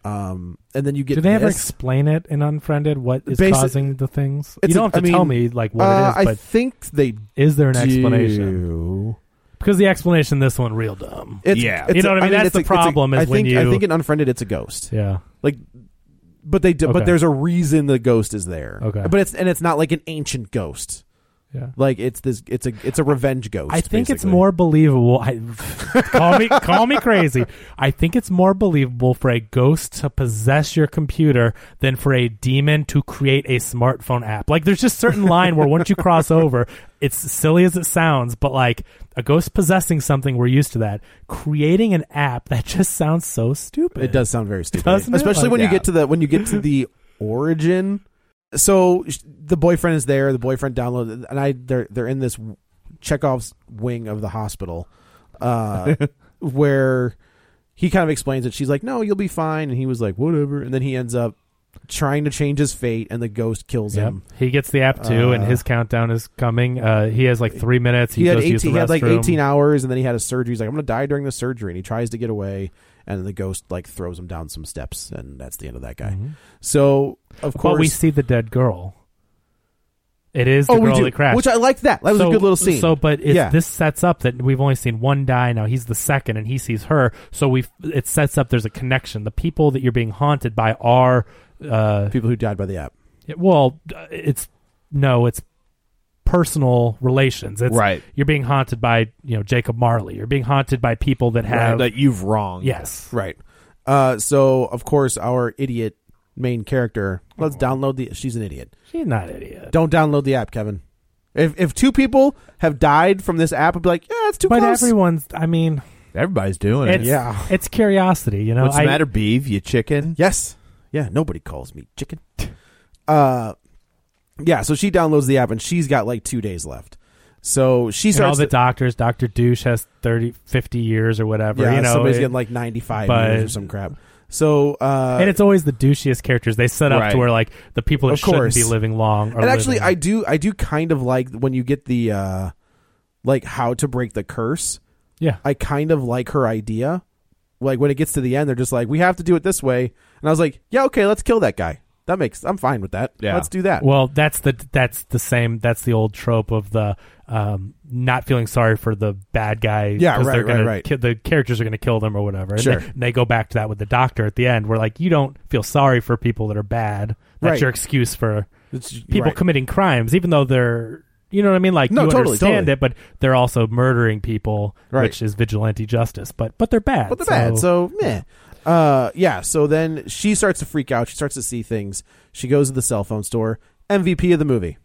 um, and then you get Do they ever this. explain it in Unfriended? What is Basi- causing the things? It's You a- don't I have to tell mean, me like what Uh, it is, I but think they is there an do. explanation? Because the explanation in this one real dumb. It's, Yeah. it's You know a- what I mean? That's it's a- the it's a- problem is I when think, I you- think in Unfriended it's a ghost. yeah. Like, but they do, but Okay. there's a reason the ghost is there. Okay. but it's and it's not like an ancient ghost. Yeah. Like it's this it's a it's a revenge ghost. I think it's basically. more believable. I, call me call me crazy. I think it's more believable for a ghost to possess your computer than for a demon to create a smartphone app. Like there's just certain line where once you cross over, it's silly as it sounds, but like a ghost possessing something, we're used to that. Creating an app that just sounds so stupid. It does sound very stupid, Doesn't it? especially Like, when you yeah. get to the when you get to the origin. So sh- the boyfriend is there. The boyfriend downloaded, and I they're they're in this Chekhov's wing of the hospital, uh, where he kind of explains it. She's like, "No, you'll be fine," and he was like, "Whatever." And then he ends up trying to change his fate, and the ghost kills Yep. him. He gets the app too, and Uh, his countdown is coming. Uh, he has like three minutes. He, He, had goes to use 18, the he had like restroom. eighteen hours, and then he had a surgery. He's like, "I'm gonna die during the surgery," and he tries to get away. And then the ghost like throws him down some steps, Mm-hmm. and that's the end of that guy. So of course, But we see the dead girl. It is the Oh, we girl do, that crashed. which I liked that. That was So- a good little scene. So, but it's, yeah. this sets up that we've only seen one die now. He's the second, and he sees her. So we it sets up there's a connection. The people that you're being haunted by are uh, people who died by the app. it- well, uh, it's no, it's personal relations. It's, Right. You're being haunted by you know Jacob Marley. You're being haunted by people that have that you've wronged. yes. Right. Uh, so of course our idiot main character. Let's download the. She's an idiot. She's not an idiot. Don't download the app, Kevin. If if two people have died from this app, I'd be like, yeah, it's too But close. everyone's. I mean, Everybody's doing it. it's Yeah. it's curiosity. You know, What's I- the matter, Beeve? You chicken? Yes. Yeah. Nobody calls me chicken. Uh, yeah. So she downloads the app and she's got like two days left. So she and all starts. the doctors, Dr. Douche has 30, 50 years or whatever. yeah, you know, somebody's it- getting like ninety five but- years or some crap. So uh, and it's always the douchiest characters they set up Right. to where like the people that Of shouldn't course. be living long. Are and actually, I living. do I do kind of like when you get the uh, like how to break the curse. yeah, I kind of like her idea. Like when it gets to the end, they're just like, "We have to do it this way," and I was like, "Yeah, okay, let's kill that guy. That makes I'm fine with that. Yeah. Let's do that." Well, that's the that's the same. That's the old trope of the um, not feeling sorry for the bad guy. Yeah, 'cause right, they're gonna, right, right. ki- The characters are going to kill them or whatever. And Sure. They, and they go back to that with the doctor at the end, where like you don't feel sorry for people that are bad. That's Right. your excuse for It's- people right. committing crimes, even though they're. You know what I mean? Like No, you totally, understand totally. it, but they're also murdering people, Right. which is vigilante justice. But but they're bad. But they're bad, so meh. Uh, yeah. So then she starts to freak out. She starts to see things. She goes to the cell phone store. MVP of the movie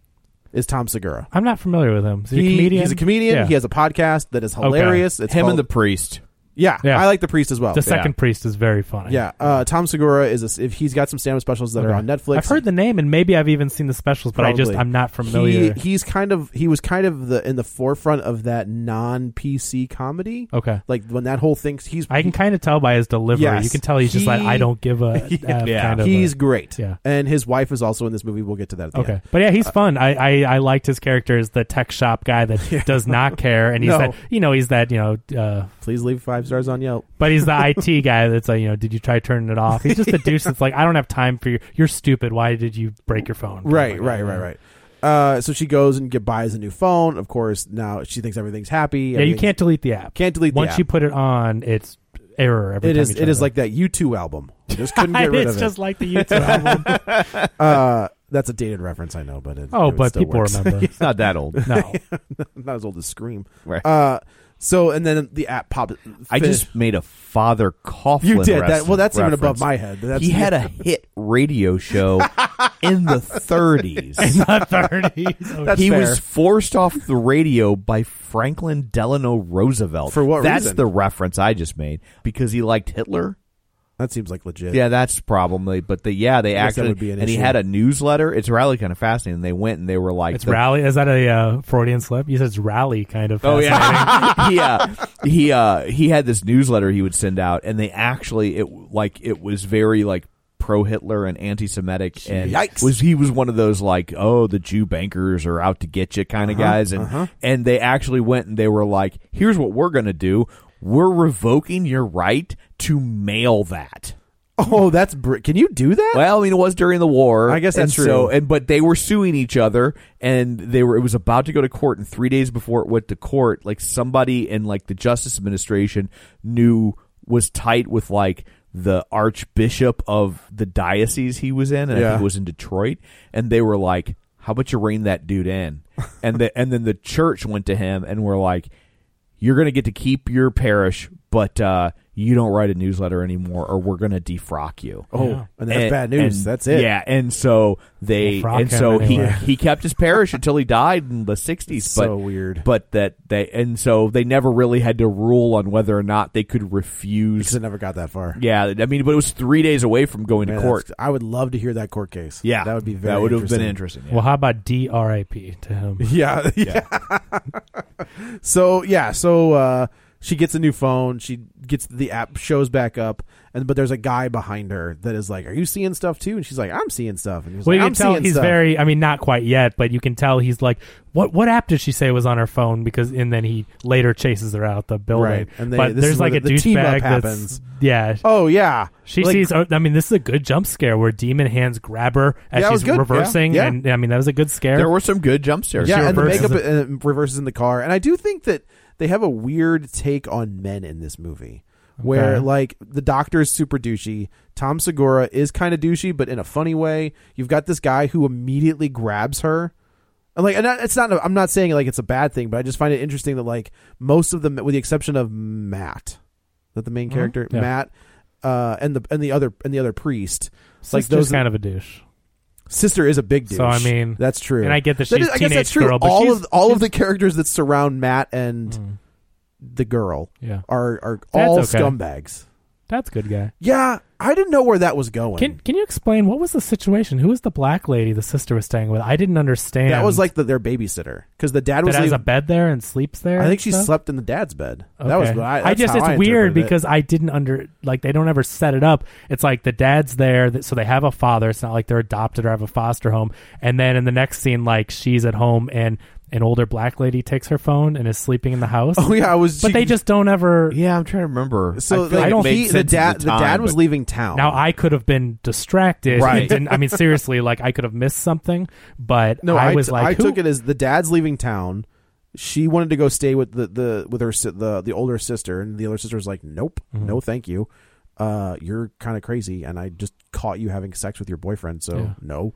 is Tom Segura. I'm not familiar with him. Is he, a He- comedian? He's a comedian. Yeah. He has a podcast that is hilarious. It's Him called, and the priest. yeah, Yeah. I like the priest as well. the second priest is very funny. Yeah, uh, Tom Segura is a s if he's got some stand-up specials that are Okay. on Netflix. I've heard the name, and maybe I've even seen the specials, but I just Probably. I'm not familiar. He, he's kind of he was kind of the in the forefront of that non PC comedy. okay, Like when that whole thing, he's I can kind of tell by his delivery. Yes. You can tell he's just like He- I don't give a. F Yeah. kind of he's a- great. Yeah. and his wife is also in this movie. We'll get to that. At the Okay, end. but yeah, he's fun. I, I I liked his character as the tech shop guy that does not care, and he's No. that you know he's that you know. Uh, Please leave five stars on Yelp. but he's the IT guy that's like, you know, did you try turning it off? He's just a douche that's like, I don't have time for you. You're stupid. Why did you break your phone? Right, Like, right, right, right. Uh, so she goes and get buys a new phone. Of course, now she thinks everything's happy. Yeah, you can't delete the app. Can't delete the Once app. you put it on, it's error every It time is. you It try is to- like that U two album. Just couldn't get rid it's of just it. like the YouTube album. Uh, that's a dated reference, I know, but it, Oh, it but still people works. remember. It's not that old. No, Not as old as Scream. Right. Uh, so and then the app popped. I just made a Father Coughlin. You did that. res- Well, that's even reference. above my head. That's- he had a hit radio show in the 30s. not thirties. That's he fair. was forced off the radio by Franklin Delano Roosevelt. For what That's reason? the reference I just made because he liked Hitler. That seems like legit. Yeah, that's probably. But the yeah, they guess that actually would be an and he issue. had a newsletter. It's really kind of fascinating. They went and they were like, It's the- rally. Is that a uh, Freudian slip? You said it's rally kind of. Oh yeah, he uh, he uh, he had this newsletter he would send out, and they actually it like it was very like pro Hitler and anti Semitic, and Yikes. was he was one of those like oh the Jew bankers are out to get you kind of guys, and and they actually went and they were like here's what we're gonna do we're revoking your right to mail that. Oh, that's br- can you do that? Well, I mean, it was during the war. I guess that's and So, true. and but they were suing each other, and they were. It was about to go to court, and three days before it went to court, like somebody in like the Justice Administration knew was tight with like the Archbishop of the diocese he was in, and I Yeah. think it was in Detroit, and they were like, "How about you rein that dude in?" and the, and then the church went to him and were like, "You're going to get to keep your parish, but." uh you don't write a newsletter anymore, or we're going to defrock you Oh, and that's bad news. and- that's it. Yeah, and so they Well, frock and him so anyway. he he kept his parish until he died in the sixties. It's but so weird. But that they and so they never really had to rule on whether or not they could because refuse. I never got that far. Yeah, I mean, but it was three days away from going Man, to court. that's- I would love to hear that court case. Yeah, that would be very. that would have been interesting. yeah. Well, how about DRIP to him? Yeah, yeah. so yeah, so uh, she gets a new phone. She gets the app shows back up, and but there's a guy behind her that is like, "Are you seeing stuff too?" And she's like, "I'm seeing stuff." And he's Well, like, you "I'm can tell seeing he's stuff." very. I mean, not quite yet, but you can tell he's like, "What? What app did she say was on her phone?" Because and then he later chases her out the building. Right, and they- but this there's is like where a the- the team up douchebag that's happens. yeah. Oh yeah, She Like, sees. oh, I mean, this is a good jump scare where demon hands grab her as Yeah, it was she's good. Yeah, reversing, yeah. and I mean that was a good scare. There were some good jump scares. yeah, she and the reverses makeup it. uh, reverses in the car. And I do think that they have a weird take on men in this movie, where Okay. like the doctor is super douchey. Tom Segura is kind of douchey, but in a funny way. You've got this guy who immediately grabs her. And like, and that- it's not. I'm not saying like it's a bad thing, but I just find it interesting that like most of them, with the exception of Matt, that the main character Mm-hmm. yeah. Matt, uh, and the and the other and the other priest, like those kind of a douche. sister is a big douche. So, I mean- that's true. and I get that she's I guess that's teenage true. girl, but all she's- Mm. of all of the characters that surround Matt and the girl Yeah. are are That's all okay. scumbags. That's a good guy. Yeah, I didn't know where that was going. Can Can you explain what was the situation? Who was the black lady the sister was staying with? I didn't understand. that was like the, their babysitter because the dad that was. has a leaving- bed there and sleeps there. I and think she stuff? slept in the dad's bed. That was. Okay. what I, that's just how it's I weird interpreted it. because I didn't under like they don't ever set it up. It's like the dad's there, that, so they have a father. It's not like they're adopted or have a foster home. And then in the next scene, like she's at home and an older black lady takes her phone and is sleeping in the house. Oh yeah, I was. but she- they just don't ever. Yeah, I'm trying to remember. So I feel like, like it don't- made he, the sense at dad, the, time, dad was but- leaving town. Now I could have been distracted. Right. and didn't- I mean, seriously, like I could have missed something. But No, I, I, was t- like, I who- took it as the dad's leaving town. She wanted to go stay with the, the with her si- the the older sister, and the older sister was like, "Nope, Mm-hmm. no, thank you. Uh, you're kind of crazy, and I just caught you having sex with your boyfriend, so Yeah. no."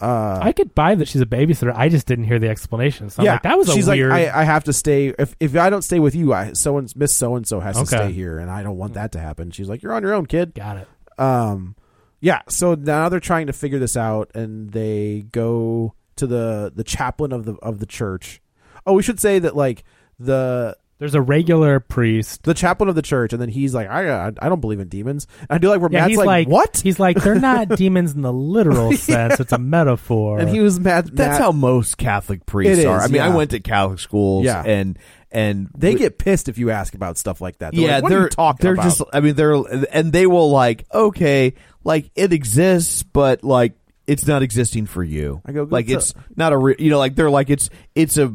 Uh, I could buy that she's a babysitter. I just didn't hear the explanation. So I'm yeah, like, that was she's a weird. like, I, I have to stay. If if I don't stay with you, I so and Miss So and So has to Okay. Mm. stay here, and I don't want that to happen. She's like, "You're on your own, kid." Got it. Um, yeah. So now they're trying to figure this out, and they go to the the chaplain of the of the church. Oh, we should say that like the There's a regular priest. the chaplain of the church, and then he's like, I I, I don't believe in demons. And I do like where Yeah, Matt's he's like, like, what? He's like, they're not demons in the literal sense. It's a metaphor. and he was mad. That's Matt- how most Catholic priests It is, are. I mean, I yeah. went to Catholic schools, Yeah. and and they w- get pissed if you ask about stuff like that. They're yeah, like, what they're are you talking they're about? just. I mean, they're and they will like okay, like it exists, but like it's not existing for you. I go, like "Good it's to-" not a re- you know like they're like it's it's a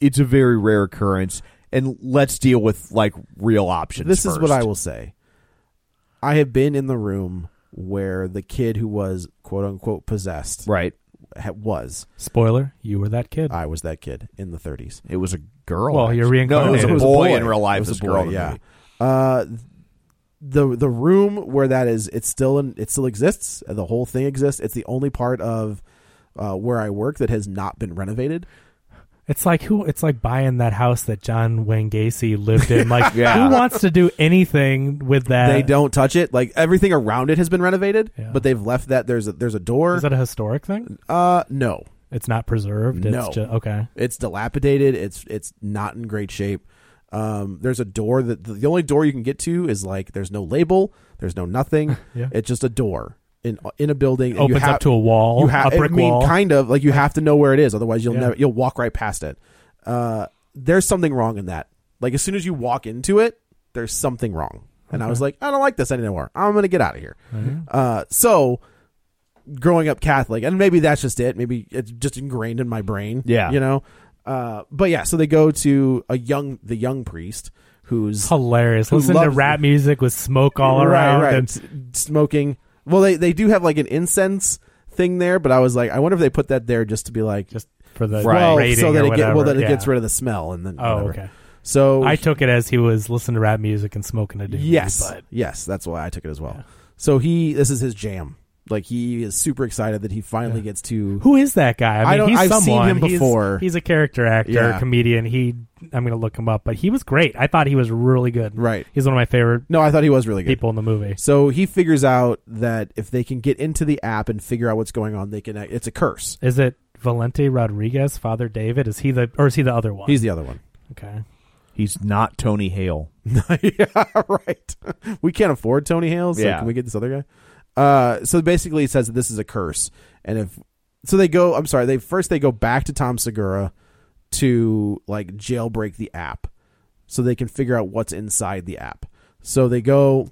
it's a very rare occurrence, and let's deal with like real options. this is what first. I will say. I have been in the room where the kid who was quote unquote possessed right. ha- was. Spoiler: You were that kid. I was that kid in the 30s. It was a girl. Well, you're actually. No, it reincarnated. was a It was a boy, in real life. It was a girl. boy. in the Yeah. movie. Uh, the the room where that is, it's still in, it still exists. Uh, The whole thing exists. It's the only part of uh, where I work that has not been renovated. it's like who? It's like buying that house that John Wayne Gacy lived in. Like, Yeah. who wants to do anything with that? they don't touch it. Like everything around it has been renovated, Yeah. but they've left that. There's a, there's a door. Is that a historic thing? uh, no, It's not preserved. It's No. ju- okay. It's dilapidated. It's it's not in great shape. Um, there's a door that the only door you can get to is like there's no label, there's no nothing. Yeah. It's just a door in in a building. and you Opens up have- to a wall, You ha- a brick I mean, wall. kind of like you have to know where it is, otherwise you'll Yeah. never you'll walk right past it. Uh, there's something wrong in that. Like as soon as you walk into it, there's something wrong. And I was like, I don't like this anymore. I'm gonna get out of here. Uh, so growing up Catholic, and maybe that's just it. Maybe it's just ingrained in my brain. Yeah. you know. Uh, but yeah, so they go to a young the young priest who's Hilarious. Who Listen to loves- rap music with smoke all around. right, right, and- s- smoking. Well, they they do have like an incense thing there, but I was like, I wonder if they put that there just to be like just for the well, rating so that or it get, well whatever. that it Yeah. gets rid of the smell and then Oh, whatever. okay. So I took it as he was listening to rap music and smoking a doobie. Yes, but yes, that's why I took it as well. So he, this is his jam. Like he is super excited that he finally gets to Who is that guy? I mean, I don't- he's I've seen someone. him He's- before. He's, a character actor, Yeah. comedian. He, I'm gonna look him up, but he was great. I thought he was really good. Right. He's one of my favorite No, I thought he was really good. people in the movie. So he figures out that if they can get into the app and figure out what's going on, they can. It's a curse. Is it Valente Rodriguez, Father David? Is he the or is he the other one? He's the other one. okay. He's not Tony Hale. yeah, right. We can't afford Tony Hale, so Yeah. can we get this other guy? Uh, so basically, it says that this is a curse, and if so, they go. I'm sorry. They first they go back to Tom Segura to like jailbreak the app. so they can figure out what's inside the app. So they go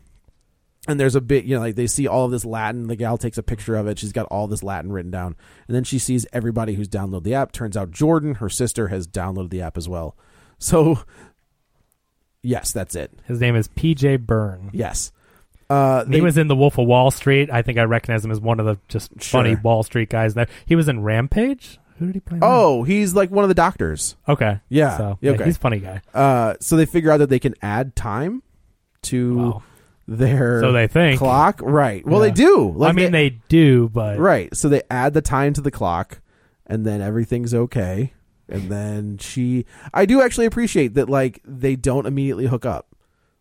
and there's a bit, you know, like they see all of this Latin. The gal takes a picture of it. She's got all this Latin written down. And then she sees everybody who's downloaded the app. Turns out Jordan, her sister, has downloaded the app as well. So, yes, that's it. His name is PJ Byrne. Yes. Uh, he was in The Wolf of Wall Street. I think I recognize him as one of the just funny Sure. Wall Street guys. There, he was in Rampage. Who did he play? in that? oh, he's like one of the doctors. okay, Yeah, So, yeah, yeah, okay. he's a funny guy. Uh, so they figure out that they can add time to Wow. their So they think. clock, right? Well, Yeah. they do. I mean, they, do, but right. So they add the time to the clock, and then everything's okay. And then she, I do actually appreciate that. Like they don't immediately hook up.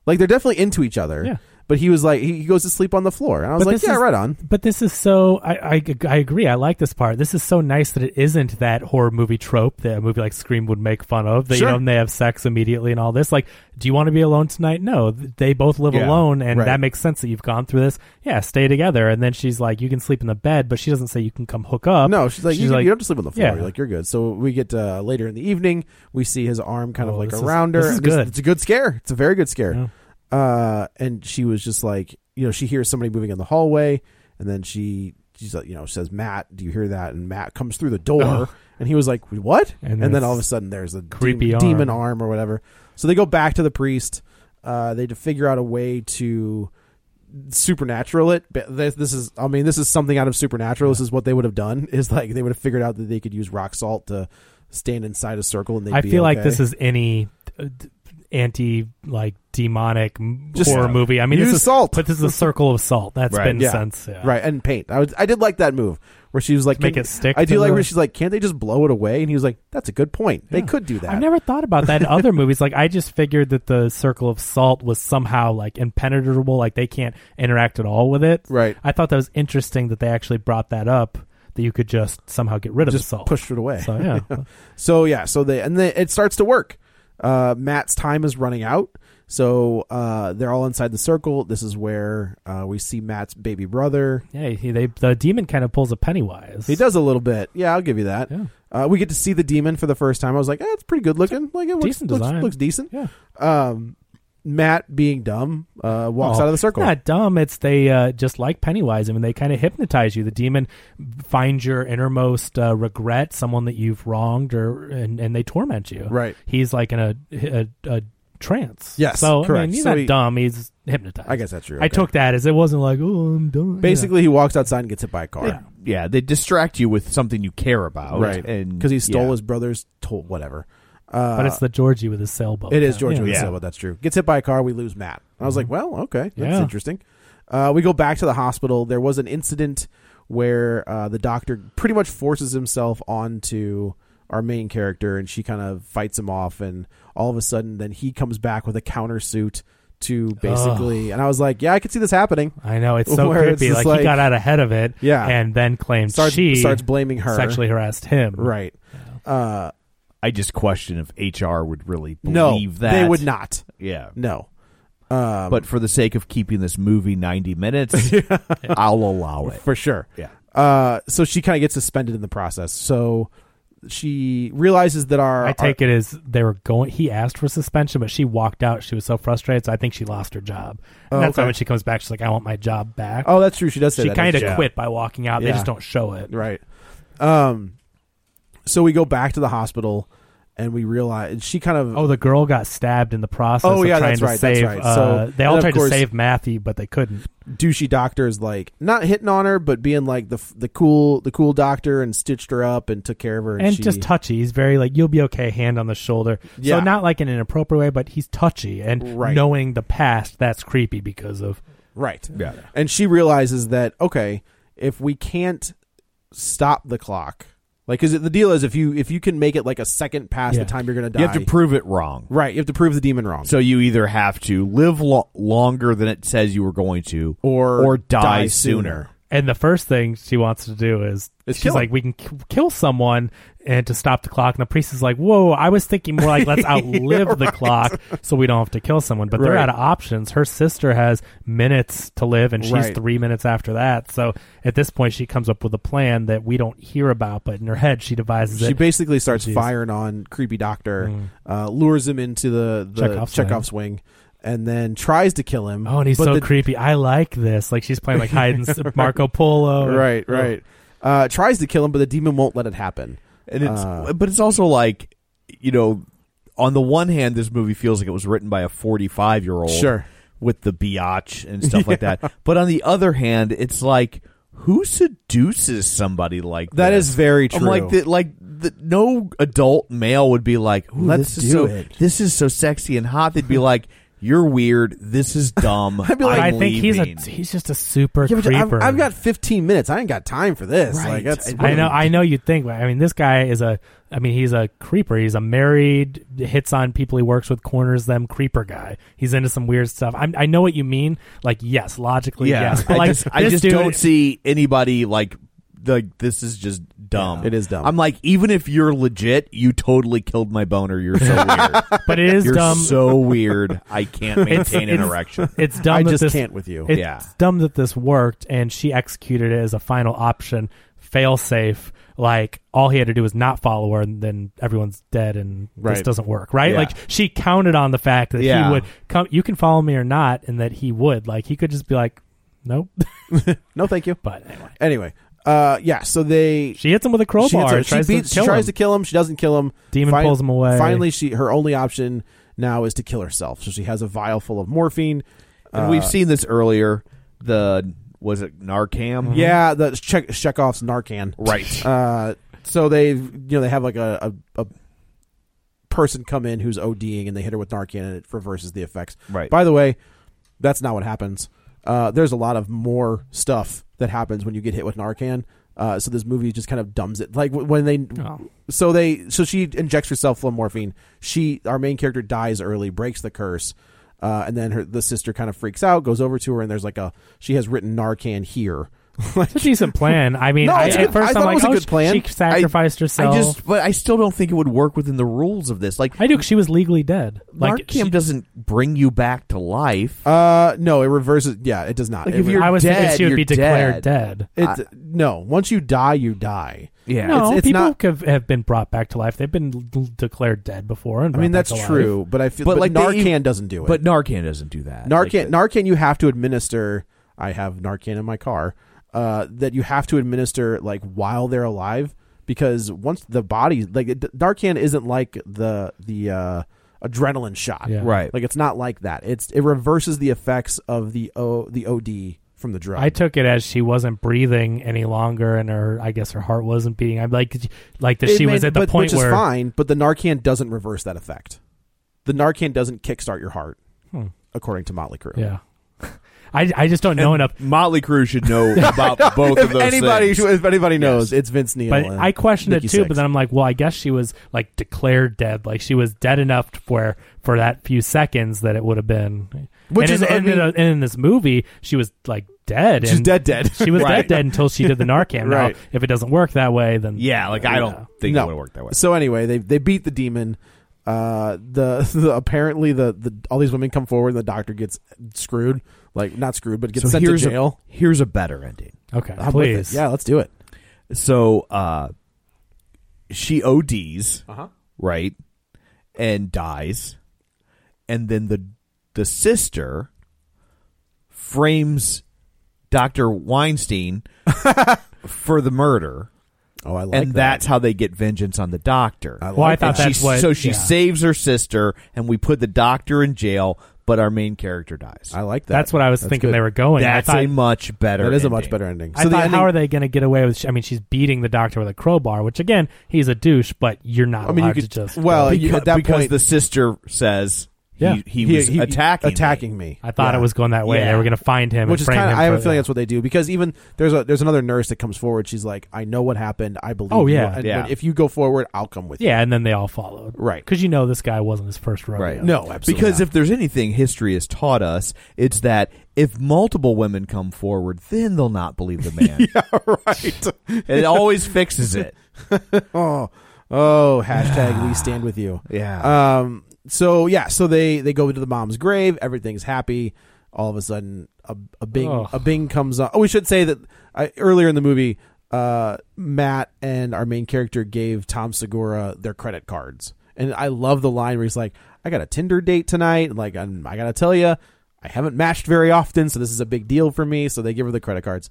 Like they're definitely into each other. Yeah. But he was like, he he goes to sleep on the floor, and I was But like, this yeah, is- right on. But this is so. I, I I agree. I like this part. This is so nice that it isn't that horror movie trope that a movie like Scream would make fun of. That Sure. you know they have sex immediately and all this. Like, do you want to be alone tonight? No. Th- They both live Yeah, alone, and right. that makes sense that you've gone through this. Yeah, stay together. And then she's like, you can sleep in the bed, but she doesn't say you can come hook up. No, she's like, you, can- you don't have to sleep on the floor. yeah. You're like, you're good. So we get uh, later in the evening. We see his arm kind of Oh, like this is- around her. this is and it's- good. It's a good scare. It's a very good scare. Uh, and she was just like, you know, she hears somebody moving in the hallway, and then she she's like, you know, says, Matt, do you hear that? And Matt comes through the door, Ugh. and he was like, what? Oh. And And, then then all of a it's sudden, there's a dem- creepy arm. demon arm or whatever. So they go back to the priest. Uh, they had to figure out a way to supernatural it but this, this is i mean this is something out of supernatural this is what they would have done is like they would have figured out that they could use rock salt to stand inside a circle and they'd I be feel like okay. this is any uh, d- anti like demonic m Just- horror Yeah. movie. I mean, Use this is salt. but this is a circle of salt. That's Right. been Yeah. since yeah. right and paint i was i did like that move where she was like make can- it stick i do to like the- where she's like can't they just blow it away and he was like that's a good point they could do that I've never thought about that in other movies. Like I just figured that the circle of salt was somehow like impenetrable, like they can't interact at all with it. Right. I thought that was interesting that they actually brought that up that you could just somehow get rid of just the salt. pushed it away So yeah. So yeah, so they and they, it starts to work. Uh, Matt's time is running out, so uh, they're all inside the circle. This is where uh, we see Matt's baby brother. yeah, he, they the demon kind of pulls a Pennywise. He does a little bit. Yeah, I'll give you that. Yeah. Uh, we get to see the demon for the first time. I was like, eh, it's pretty good looking. Like it looks, decent looks, design. looks decent. Yeah. Um, Matt being dumb uh, walks Oh, out of the circle. It's not dumb. It's they uh, just like Pennywise. I mean, they kind of hypnotize you. The demon finds your innermost uh, regret, someone that you've wronged, or and, and they torment you. Right. He's like in a a, a trance. Yes, So I correct. mean, he's So not he- dumb. He's hypnotized. I guess that's true. I Okay. took that as it wasn't like oh I'm dumb. Basically, he walks outside and gets hit by a car. Yeah. yeah, they distract you with something you care about, Right, And because he stole yeah. his brother's tool, whatever. Uh, Yeah. but it's the Georgie with his sailboat. It is Yeah. George Yeah. yeah. Yeah. Mm-hmm. That's true. Gets hit by a car. We lose Matt. I was like, well, okay, that's Yeah. interesting. Uh, we go back to the hospital. There was an incident where uh, the doctor pretty much forces himself onto our main character, and she kind of fights him off. And all of a sudden, then he comes back with a countersuit to basically. And I was like, yeah, I could see this happening. I know it's so Where it's creepy. just Like, like- he got out ahead of it. Yeah. And then claimed Starts- she starts blaming her. sexually harassed him. Mm-hmm. Right? Uh, I just question if HR would really No, believe that they would not. Yeah, No. Um, but for the sake of keeping this movie ninety minutes, I'll allow it. for sure. Yeah. Uh, so she kind of gets suspended in the process. So she realizes that our I take it as they were going. He asked for suspension, but she walked out. She was so frustrated, so I think she lost her job. And Oh, that's why okay. when she comes back, she's like, "I want my job back." Oh, that's true. She does say she that, kind of doesn't she? quit by walking out. Yeah. They just don't show it. Right. Um. So we go back to the hospital, and we realize and she kind of. Oh, the girl got stabbed in the process. Oh, of yeah, trying that's to right, that's Save, right. uh, So- they all and of tried course- to save Matthew, but they couldn't. douchey doctor is like not hitting on her, but being like the the cool the cool doctor and stitched her up and took care of her And, she, just touchy. He's very like, "You'll be okay." Hand on the shoulder. Yeah. So not like in an inappropriate way, but he's touchy. And Right. knowing the past, that's creepy because of Right. Yeah. And she realizes that okay, if we can't stop the clock, like because the deal is if you if you can make it like a second past Yeah. the time you're gonna die, You have to prove it wrong. right. You have to prove the demon wrong. So you either have to live lo- longer than it says you were going to, or or die, sooner. And the first thing she wants to do is Is she's kill like, him. we can k- kill someone and to stop the clock. And the priest is like, whoa, I was thinking more like, let's outlive the clock so we don't have to kill someone. But they're Right. out of options. Her sister has minutes to live and she's Right. three minutes after that. So at this point, she comes up with a plan that we don't hear about, but in her head, she devises She it. basically starts Jeez. firing on creepy doctor, uh, lures him into the, the Mm. Chekhov's Chekhov's, wing, and then tries to kill him. Oh, and he's but so the- creepy. I like this. Like she's playing like hide and s- Marco Polo. Right, right. Uh, tries to kill him, but the demon won't let it happen. and it's Uh, but it's also like you know on the one hand this movie feels like it was written by a 45 year old Sure. with the biatch and stuff like that but on the other hand it's like who seduces somebody like That this? is very I'm like true. the, like the, no adult male would be like "Ooh, Let's this is do so, it." this is so sexy and hot they'd be like you're weird this is dumb I'd be But like- I I'm think he's leaving. a he's just a super Yeah, but I've, creeper. I've got 15 minutes. I ain't got time for this. Like, Right. that's, I know. I know. You'd think. but, I mean, this guy is a. I mean, he's a creeper. He's a married, hits on people he works with, corners them, creeper guy. He's into some weird stuff. I'm, I know what you mean. Like, yes, logically, yes. But I like, just, I this just dude- don't see anybody like like this is just dumb. Yeah, it is dumb. I'm like, even if you're legit, you totally killed my boner. You're so weird. But it is you're dumb. so weird. I can't maintain an it's- erection. It's dumb. I that just this- can't with you. It's Yeah. dumb that this worked, and she executed it as a final option, fail safe. Like all he had to do was not follow her, and then everyone's dead, and this Right. doesn't work, right? Yeah. Like she counted on the fact that Yeah. he would come. You can follow me or not, and that he would. Like he could just be like, nope. no, thank you. but anyway, Anyway, uh, yeah, so they. she hits him with a crowbar. she, hits her- and she tries to beats- she kill tries him. to kill him. She doesn't kill him. Demon pulls him away. Finally, she her only option now is to kill herself. So she has a vial full of morphine. Uh, and Uh, we've seen this earlier. The was it Mm-hmm. Narcam? Yeah, the check Chekhov's Narcan. Right. Uh, so they, you know, they have like a, a, a person come in who's ODing, and they hit her with Narcan, and it reverses the effects. Right. By the way, that's not what happens. Uh, there's a lot of more stuff that happens when you get hit with Narcan. Uh, so this movie just kind of dumbs it. Like wh- when they, Oh. so they, so she injects herself full of morphine. She, our main character, dies early, breaks the curse. Uh, and then her the sister kind of freaks out, goes over to her, and there's like a she has written Narcan here. like, It's a decent plan. I mean, No, I, it's a at good- first I am thought it like, was a oh, good she- plan. She sacrificed I, herself. I just, but I still don't think it would work within the rules of this. Like, I do. 'cause She was legally dead. Like Narcam she- doesn't bring you back to life. Uh, no, it reverses. Yeah, it does not. Like, It if re- you're I was dead, thinking she would you're be declared dead. it, no, once you die, you die. yeah. No, It's- it's people not- have, have been brought back to life. They've been l- declared dead before. And I mean, brought back that's to life. true, but I feel But, but, like, like they- Narcan doesn't do it. but Narcan doesn't do that. Like, Narcan, Narcan, you have to administer. I have Narcan in my car. Uh, that you have to administer like while they're alive, because once the body, like it- Narcan, isn't like the the uh, adrenaline shot, Yeah. Right. Like it's not like that. It's it reverses the effects of the o the OD from the drug. I took it as she wasn't breathing any longer, and her I guess her heart wasn't beating. I'm like, like that It she was may- at the but- point which is where fine, but the Narcan doesn't reverse that effect. The Narcan doesn't kickstart your heart, Hmm. according to Motley Crue. yeah. I, I just don't know enough. Motley Crue should know about both If anybody, if anybody knows, it's Vince Neil. But and I questioned Nikki it too. Sixx. But then I'm like, well, I guess she was like declared dead. Like she was dead enough to- for for that few seconds that it would have been. Which and is- in, I and in, mean- and in this movie, she was like dead. she's and dead, dead. She was Right. dead dead until she did the Narcan. Right. Now, if it doesn't work that way, then yeah, like I don't think it No. would work that way. So anyway, they they beat the demon. Uh, the, the apparently the, the all these women come forward and the doctor gets screwed, like not screwed, but gets sent to jail. A, here's a better ending. Okay, I'm with it. please. yeah, let's do it. So uh, she ODs, Uh-huh. right, and dies, and then the the sister frames Doctor Weinstein for the murder. Oh, I like and that's how they get vengeance on the doctor. I like Well, I that. thought And that's she- what. so she yeah. saves her sister, and we put the doctor in jail, but our main character dies. I like that. That's what I was thinking good. they were going. That's Oh, I thought, a much better. That is a much ending. better ending. I thought, how are they going to get away with? Sh- I mean, she's beating the doctor with a crowbar, which again, he's a douche, but you're not I mean, you allowed could to just. well you, Because, at that because point the sister says Yeah. he, he, was attacking me. attacking me. I thought Yeah. it was going that way. They were going to find him, and Which is frame kind of, him I have a for- feeling that's what they do because even there's a there's another nurse that comes forward. She's like, I know what happened. I believe. Oh, you, yeah. and Yeah. when- if you go forward, I'll come with you. Yeah, and then they all followed. Right. Because you know this guy wasn't his first rodeo. Right. No, absolutely Because not. if there's anything history has taught us, it's that if multiple women come forward, then they'll not believe the man. right. It always fixes it. oh, oh, hashtag we stand with you. Yeah. Um. So yeah. So they they go into the mom's grave. Everything's happy. All of a sudden, a, a bing Ugh. a bing comes up. Oh, we should say that I, earlier in the movie, uh, Matt and our main character gave Tom Segura their credit cards, and I love the line where he's like, "I got a Tinder date tonight. Like, I'm, I gotta tell you, I haven't matched very often, so this is a big deal for me." So they give her the credit cards.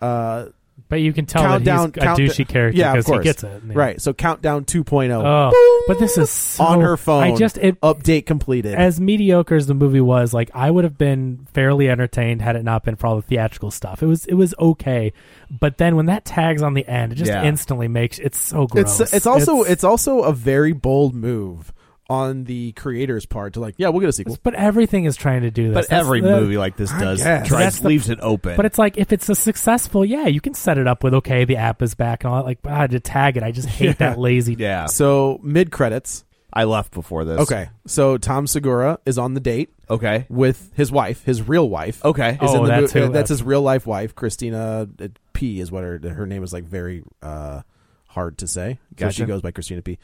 Uh, But you can tell countdown that he's count- a douchey character yeah, of because he course. gets it. Yeah. Right. So countdown 2.0. Oh, but this is so, on her phone. I just it, update completed. as mediocre as the movie was, like I would have been fairly entertained had it not been for all the theatrical stuff. It was it was okay, but then when that tags on the end, it just Yeah. instantly makes it's so gross. it's it's also it's, also a very bold move on the creator's part to like, yeah, we'll get a sequel. but everything is trying to do this. But That's every the- movie like this I does guess. tries That's the- leaves it open. But it's like if it's a successful, yeah, you can set it up with okay, the app is back and all that. Like, but I had to tag it. I just hate that lazy. yeah, So mid credits. I left before this. Okay. So Tom Segura is on the date okay, with his wife, his real wife. okay. Is Oh, in the that's mo- who- uh, that's his real life wife, Christina uh, P is what her her name is like very uh hard to say. So she Gotcha. goes by Christina P.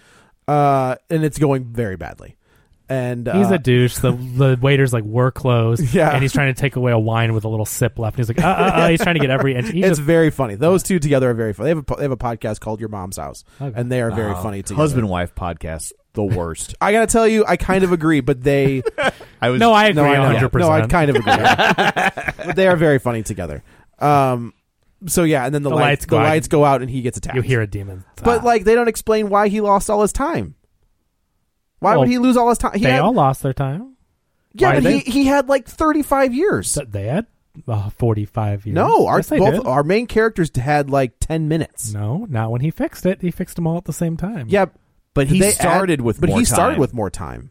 Uh and it's going very badly. And uh, He's a douche. The, the waiter's like, we're closed. Yeah. And he's trying to take away a wine with a little sip left. And he's like, uh, uh, uh. He's trying to get every inch. He it's just, very funny. Those two together are very funny. They have a, po- they have a podcast called Your Mom's House, Okay. and they are very funny together. Husband wife podcast the worst. I gotta tell you, I kind of agree, but they I was no, I agree no, I know. 100%. no, I kind of agree, but they are very funny together. Um, so yeah, and then the, The light- lights go the out. lights go out, and he gets attacked. You hear a demon. but like they don't explain why he lost all his time. Why Well, would he lose all his time? He they had, all lost their time. yeah, why but did he, he had like thirty five years. So They had uh, 45 years. no, our Yes, they both did. our main characters had like ten minutes. No, not when he fixed it. He fixed them all at the same time. Yeah, But he they add- started with but more he started time. with more time.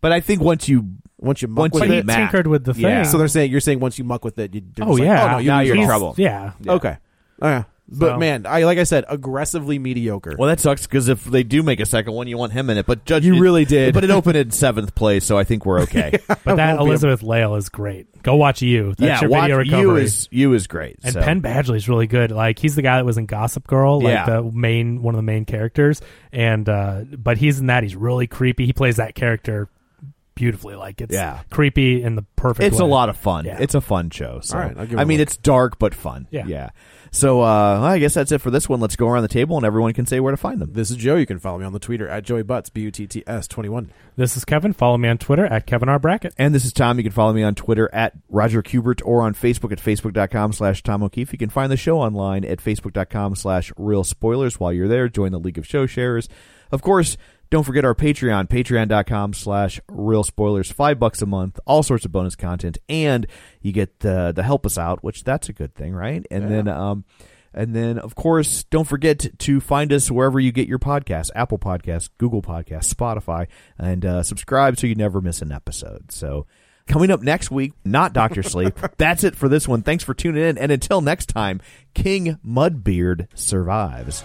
But I think once you Once you muck once with you he it, eat Mac- tinkered with the Yeah. thing. So they're saying you're saying once you muck with it, you, you're oh, just yeah. Like, oh no, Now you you're in He's- trouble. Yeah. Okay. Oh, yeah. But So- man, I like I said, aggressively mediocre. Well, that sucks because if they do make a second one, you want him in it. But judge, You it- really did. But it opened in seventh place, so I think we're okay. But that won't be a- Elizabeth Lale is great. Go watch you. That's yeah, your watch, video recovery. you is you is great. And so. Penn Badgley's really good. Like he's the guy that was in Gossip Girl, like Yeah. the main one of the main characters. And uh but he's in that. He's really creepy. He plays that character beautifully. Like it's Yeah. creepy in the perfect. it's a way. lot of fun. Yeah. It's a fun show. So All right, I'll give it I a mean, look. it's dark but fun. Yeah. yeah. So uh, I guess that's it for this one. Let's go around the table and everyone can say where to find them. this is Joe. You can follow me on the Twitter at Joey Butts B U T T S twenty one. This is Kevin. Follow me on Twitter at Kevin R Brackett. And this is Tom. You can follow me on Twitter at Roger Kubert or on Facebook at Facebook.com slash Tom O'Keefe. You can find the show online at Facebook.com slash Real Spoilers. While you're there, join the League of Show Sharers. Of course, don't forget our Patreon, patreon.com slash Real Spoilers. Five bucks a month, all sorts of bonus content, and you get uh, the, the help us out, which that's a good thing, right? And then, um, and then, of course, don't forget to find us wherever you get your podcasts Apple Podcasts, Google Podcasts, Spotify, and uh, subscribe so you never miss an episode. So, coming up next week, not Dr. Sleep. That's it for this one. Thanks for tuning in. And until next time, King Mudbeard survives.